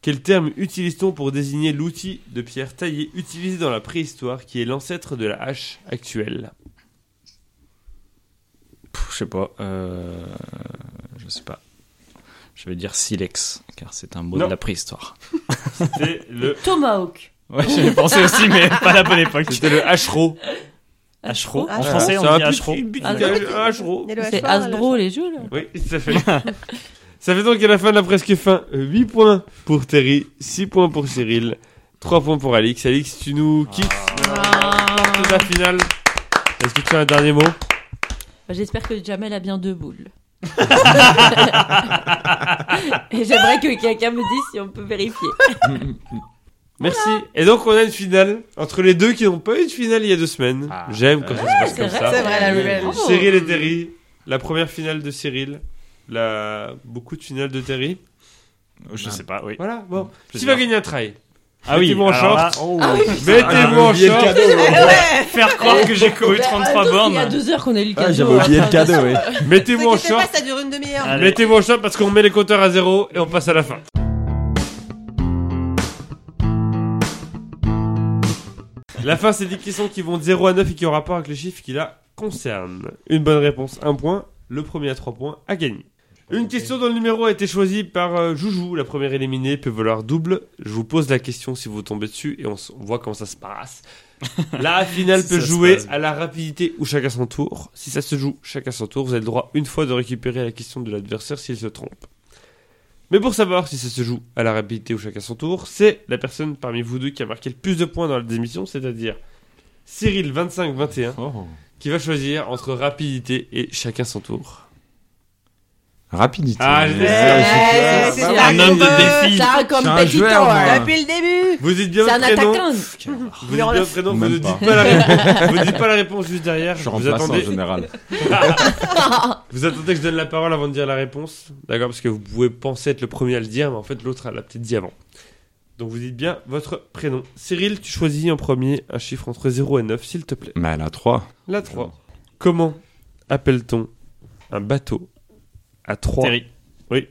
Speaker 3: Quel terme utilise-t-on pour désigner l'outil de pierre taillé, utilisé dans la préhistoire, qui est l'ancêtre de la hache actuelle
Speaker 1: Pff, je sais pas, euh, je sais pas. Je vais dire silex, car c'est un mot
Speaker 3: Non.
Speaker 1: de la préhistoire.
Speaker 3: C'était le,
Speaker 4: Tomahawk.
Speaker 1: Ouais, j'y ai pensé aussi, mais pas à la bonne époque.
Speaker 3: c'était le hachereau.
Speaker 1: Hachereau. En
Speaker 2: Ah,
Speaker 1: français, on
Speaker 3: Ça a
Speaker 1: dit
Speaker 3: plus de
Speaker 1: hachereau.
Speaker 3: bite
Speaker 4: Ah,
Speaker 3: qu'un
Speaker 4: d'accord.
Speaker 3: hachereau.
Speaker 2: Il y a le
Speaker 4: C'est
Speaker 2: hachoir,
Speaker 4: Hasbro,
Speaker 2: le-
Speaker 4: les jeux, là.
Speaker 3: Oui, ça fait. ça fait donc à la fin de la presque fin 8 points pour Terry, 6 points pour Cyril, 3 points pour Alix. Alix, tu nous
Speaker 1: Ah.
Speaker 3: quittes C'est la finale. Est-ce que tu as un dernier mot
Speaker 4: Bah, J'espère que Jamel a bien deux boules. Et j'aimerais que quelqu'un me dise si on peut vérifier.
Speaker 3: Merci. Et donc on a une finale entre les deux qui n'ont pas eu de finale il y a deux semaines.
Speaker 5: Ah.
Speaker 3: J'aime quand ça se passe comme ça.
Speaker 2: C'est vrai, la nouvelle.
Speaker 4: Bravo.
Speaker 3: Cyril et Terry, la première finale de Cyril, la beaucoup de finales de Terry.
Speaker 1: Je sais pas, oui.
Speaker 3: Voilà, bon. Qui
Speaker 1: Plaisir.
Speaker 3: va gagner un try
Speaker 1: Ah oui,
Speaker 3: Mettez-vous en
Speaker 1: alors là,
Speaker 3: short.
Speaker 4: Ah
Speaker 3: Ah, Mettez-vous en
Speaker 5: oublié le
Speaker 3: short.
Speaker 5: cadeau.
Speaker 2: Eh
Speaker 1: faire croire que j'ai couru
Speaker 4: Bah,
Speaker 1: 33
Speaker 4: attends, Il y a
Speaker 1: bornes.
Speaker 4: deux heures qu'on a eu le cadeau.
Speaker 5: Ah, j'avais oublié le cadeau, oui.
Speaker 3: Mettez-vous en
Speaker 2: T'inquiète
Speaker 3: short.
Speaker 2: pas, ça dure une demi-heure.
Speaker 1: Allez.
Speaker 3: Mettez-vous en short parce qu'on met les compteurs à zéro et on passe à la fin. La fin, c'est des questions qui vont de 0 à 9 et qui ont rapport avec les chiffres qui la concernent. Une bonne réponse, un point. Le premier à 3 points a gagné. Une question dont le numéro a été choisi par euh, Joujou, la première éliminée, peut valoir double. Je vous pose la question si vous tombez dessus et on, s- on voit comment ça se passe. La finale
Speaker 1: Si ça
Speaker 3: peut
Speaker 1: se
Speaker 3: jouer
Speaker 1: passe.
Speaker 3: à la rapidité ou chacun son tour. Si ça se joue chacun son tour, vous avez le droit une fois de récupérer la question de l'adversaire s'il se trompe. Mais pour savoir si ça se joue à la rapidité ou chacun son tour, c'est la personne parmi vous deux qui a marqué le plus de points dans la démission, c'est-à-dire Cyril 25-21,
Speaker 5: Oh.
Speaker 3: qui va choisir entre rapidité et chacun son tour.
Speaker 5: Rapidité.
Speaker 3: Ah, je l'ai
Speaker 5: Ouais,
Speaker 2: Ouais,
Speaker 5: je suis
Speaker 2: c'est
Speaker 5: clair.
Speaker 2: ça.
Speaker 5: Ah,
Speaker 1: Un homme de défi.
Speaker 4: Ça, comme
Speaker 5: Je suis un
Speaker 4: petit
Speaker 5: joueur,
Speaker 4: temps,
Speaker 5: moi.
Speaker 4: hein.
Speaker 2: euh, Depuis le début
Speaker 3: Vous dites bien
Speaker 4: C'est
Speaker 3: le
Speaker 4: un
Speaker 3: prénom,
Speaker 4: attaquant.
Speaker 3: vous dites bien le prénom, vous
Speaker 5: Même
Speaker 3: ne
Speaker 5: pas.
Speaker 3: dites pas la réponse, vous ne dites pas la réponse juste derrière,
Speaker 5: Je
Speaker 3: vous
Speaker 5: remplace en
Speaker 3: attendez,
Speaker 5: général.
Speaker 3: vous attendez que je donne la parole avant de dire la réponse, d'accord, parce que vous pouvez penser être le premier à le dire, mais en fait l'autre l'a peut-être dit avant. Donc vous dites bien votre prénom. Cyril, tu choisis en premier un chiffre entre 0 et 9, s'il te plaît.
Speaker 5: Mais elle a 3.
Speaker 3: La 3. Comment appelle-t-on un bateau à 3
Speaker 1: Terry.
Speaker 3: Oui.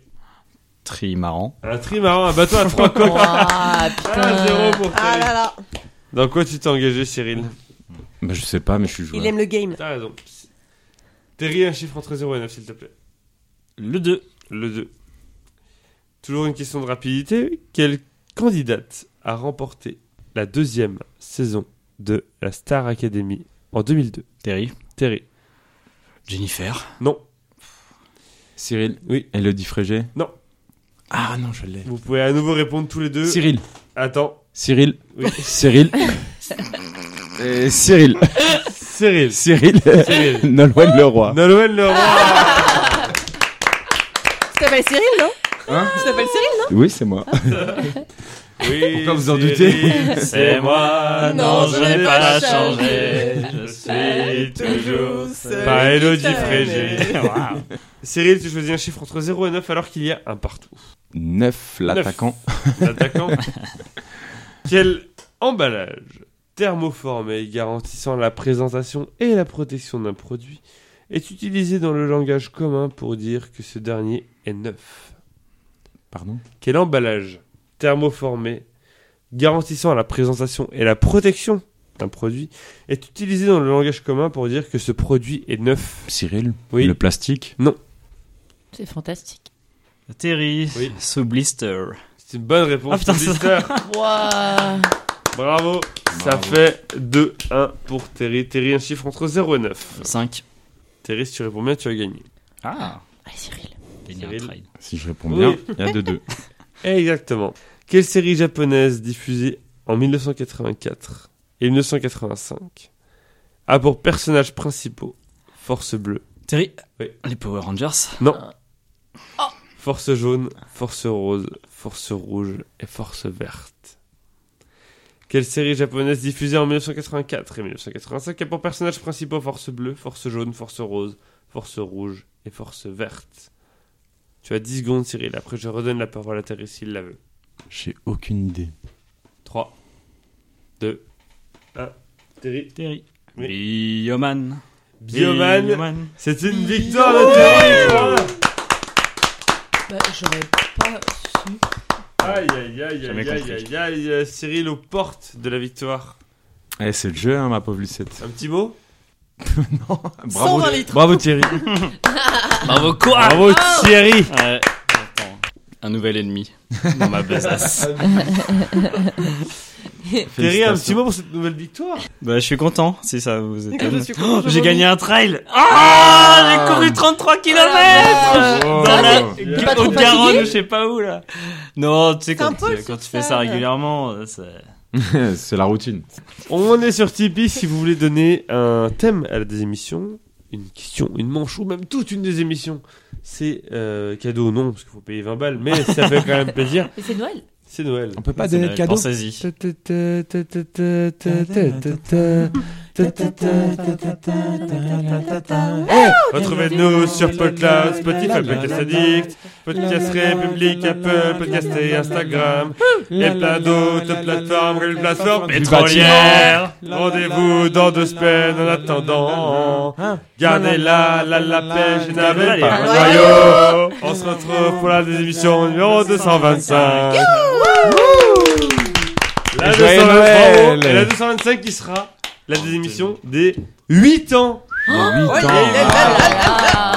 Speaker 1: Trimaran.
Speaker 3: Un trimaran, un bateau à 3 coques.
Speaker 4: Ouah,
Speaker 3: Ah,
Speaker 4: putain.
Speaker 3: zéro pour
Speaker 2: Ah
Speaker 3: Terry.
Speaker 2: là là,
Speaker 3: Dans quoi tu t'es engagé, Cyril
Speaker 5: Bah, je sais pas, mais je suis joueur.
Speaker 2: il aime le game.
Speaker 3: T'as raison. Terry, un chiffre entre 0 et 9, s'il te plaît.
Speaker 1: Le 2.
Speaker 3: Le 2. Toujours une question de rapidité. Quelle candidate a remporté la deuxième saison de la Star Academy en 2002
Speaker 1: Terry.
Speaker 3: Terry.
Speaker 1: Jennifer.
Speaker 3: Non.
Speaker 5: Cyril.
Speaker 3: Oui.
Speaker 5: Elodie Frégé.
Speaker 3: Non. Euh,
Speaker 5: Ah non, je l'ai.
Speaker 3: Vous pouvez à nouveau répondre tous les deux.
Speaker 5: Cyril.
Speaker 3: Attends.
Speaker 5: Cyril.
Speaker 3: Oui.
Speaker 5: Cyril. Et Cyril.
Speaker 3: Cyril. Cyril.
Speaker 5: Cyril.
Speaker 3: Ah.
Speaker 5: Nolwenn Leroy.
Speaker 3: Nolwenn Leroy.
Speaker 2: Tu t'appelles Cyril, non
Speaker 5: Hein
Speaker 2: Tu t'appelles Cyril
Speaker 5: Oui, c'est moi.
Speaker 3: Ah. Oui,
Speaker 5: Pourquoi vous en
Speaker 3: Cyril,
Speaker 5: doutez
Speaker 3: C'est moi, non, je n'ai pas changé.
Speaker 1: Je
Speaker 3: suis toujours
Speaker 2: ce
Speaker 3: Par Elodie
Speaker 2: qui
Speaker 3: Frégé.
Speaker 2: t'aimait.
Speaker 3: Cyril, tu choisis un chiffre entre 0 et 9 alors qu'il y a un partout.
Speaker 5: 9, l'attaquant.
Speaker 3: L'attaquant. Quel emballage thermoformé garantissant la présentation et la protection d'un produit est utilisé dans le langage commun pour dire que ce dernier est neuf
Speaker 5: Pardon
Speaker 3: Quel emballage thermoformé garantissant la présentation et la protection d'un produit est utilisé dans le langage commun pour dire que ce produit est neuf
Speaker 5: Cyril.
Speaker 3: Oui.
Speaker 5: Le plastique.
Speaker 4: C'est fantastique.
Speaker 1: Terry.
Speaker 3: Oui.
Speaker 1: Sous blister.
Speaker 3: C'est une bonne réponse.
Speaker 1: Ah, putain,
Speaker 3: Mister.
Speaker 4: Waouh.
Speaker 3: Bravo. Ça fait 2-1 pour Terry. Terry, un chiffre entre 0 et 9.
Speaker 1: 5.
Speaker 3: Terry, si tu réponds bien, tu as gagné.
Speaker 1: Ah.
Speaker 4: Allez, Cyril.
Speaker 1: Gagné un
Speaker 3: Cyril.
Speaker 1: trade.
Speaker 5: Si je réponds
Speaker 3: Oui.
Speaker 5: bien, il y a 2 deux.
Speaker 3: Exactement. Quelle série japonaise diffusée en 1984 et 1985 a pour personnages principaux Force bleue,
Speaker 1: Terry,
Speaker 3: Oui.
Speaker 1: les Power Rangers.
Speaker 3: non, Force jaune, Force rose, Force rouge et Force verte. Quelle série japonaise diffusée en 1984 et 1985 a pour personnages principaux Force bleue, Force jaune, Force rose, Force rouge et Force verte Tu as 10 secondes, Cyril. Après, je redonne la parole à Terry s'il la veut.
Speaker 5: J'ai aucune idée.
Speaker 3: 3, 2, 1. Terry.
Speaker 1: Terry.
Speaker 3: Oui.
Speaker 1: Bioman.
Speaker 3: Bioman, c'est une victoire de Terry
Speaker 4: Bah, j'aurais pas su.
Speaker 3: Aïe aïe aïe
Speaker 1: Jamais
Speaker 3: aïe aïe
Speaker 1: compris.
Speaker 3: aïe aïe aïe, Cyril aux portes de la victoire.
Speaker 5: Eh, c'est le jeu, hein, ma pauvre Lucette.
Speaker 3: Un petit mot
Speaker 5: non,
Speaker 4: 120
Speaker 5: bravo,
Speaker 4: litres.
Speaker 5: bravo Thierry.
Speaker 1: Bravo quoi
Speaker 3: Bravo Thierry
Speaker 1: Ouais, attends. Un nouvel ennemi dans ma besace.
Speaker 3: Thierry, un
Speaker 5: Félicitations.
Speaker 3: petit mot pour cette nouvelle victoire
Speaker 1: bah, je suis content si ça vous étonne.
Speaker 2: suis
Speaker 1: Oh,
Speaker 2: contente,
Speaker 1: J'ai
Speaker 2: je
Speaker 1: gagné un trail. Ah, j'ai couru 33
Speaker 5: euh,
Speaker 2: euh,
Speaker 1: km
Speaker 5: Bravo.
Speaker 1: dans la
Speaker 3: T'es pas
Speaker 1: au
Speaker 4: trop
Speaker 1: Garonne ou
Speaker 4: fatigué
Speaker 1: je sais pas où là. Non, tu sais quand,
Speaker 2: Saint-Paul
Speaker 1: tu, quand tu
Speaker 2: sur
Speaker 1: fais ça
Speaker 2: Seine.
Speaker 1: régulièrement, euh, ça...
Speaker 5: c'est la routine.
Speaker 3: On est sur Tipeee si vous voulez donner un thème à la des émissions, une question, une manche ou même toute une des émissions. C'est euh, cadeau, non, parce qu'il faut payer 20 balles, mais ça fait quand même plaisir.
Speaker 4: Mais c'est Noël.
Speaker 3: C'est Noël.
Speaker 5: On peut pas
Speaker 1: c'est
Speaker 5: donner de
Speaker 1: Noël,
Speaker 5: cadeau.
Speaker 1: Pensez-y.
Speaker 3: Retrouvez-nous sur Podcast, Spotify, Podcast Addict, Podcast République, Apple, Podcast et Instagram, et plein d'autres plateformes, comme les plateformes pétrolières. Rendez-vous dans deux semaines en attendant. Gardez la la la paix, je n'avais pas le noyau. On se retrouve pour la émission numéro 225. La
Speaker 5: Joyeux
Speaker 3: 225,
Speaker 5: Noël.
Speaker 3: bravo. Et la 225 qui sera la désémission des 8 ans.
Speaker 5: Oh, Il y a huit ans.
Speaker 4: Ah.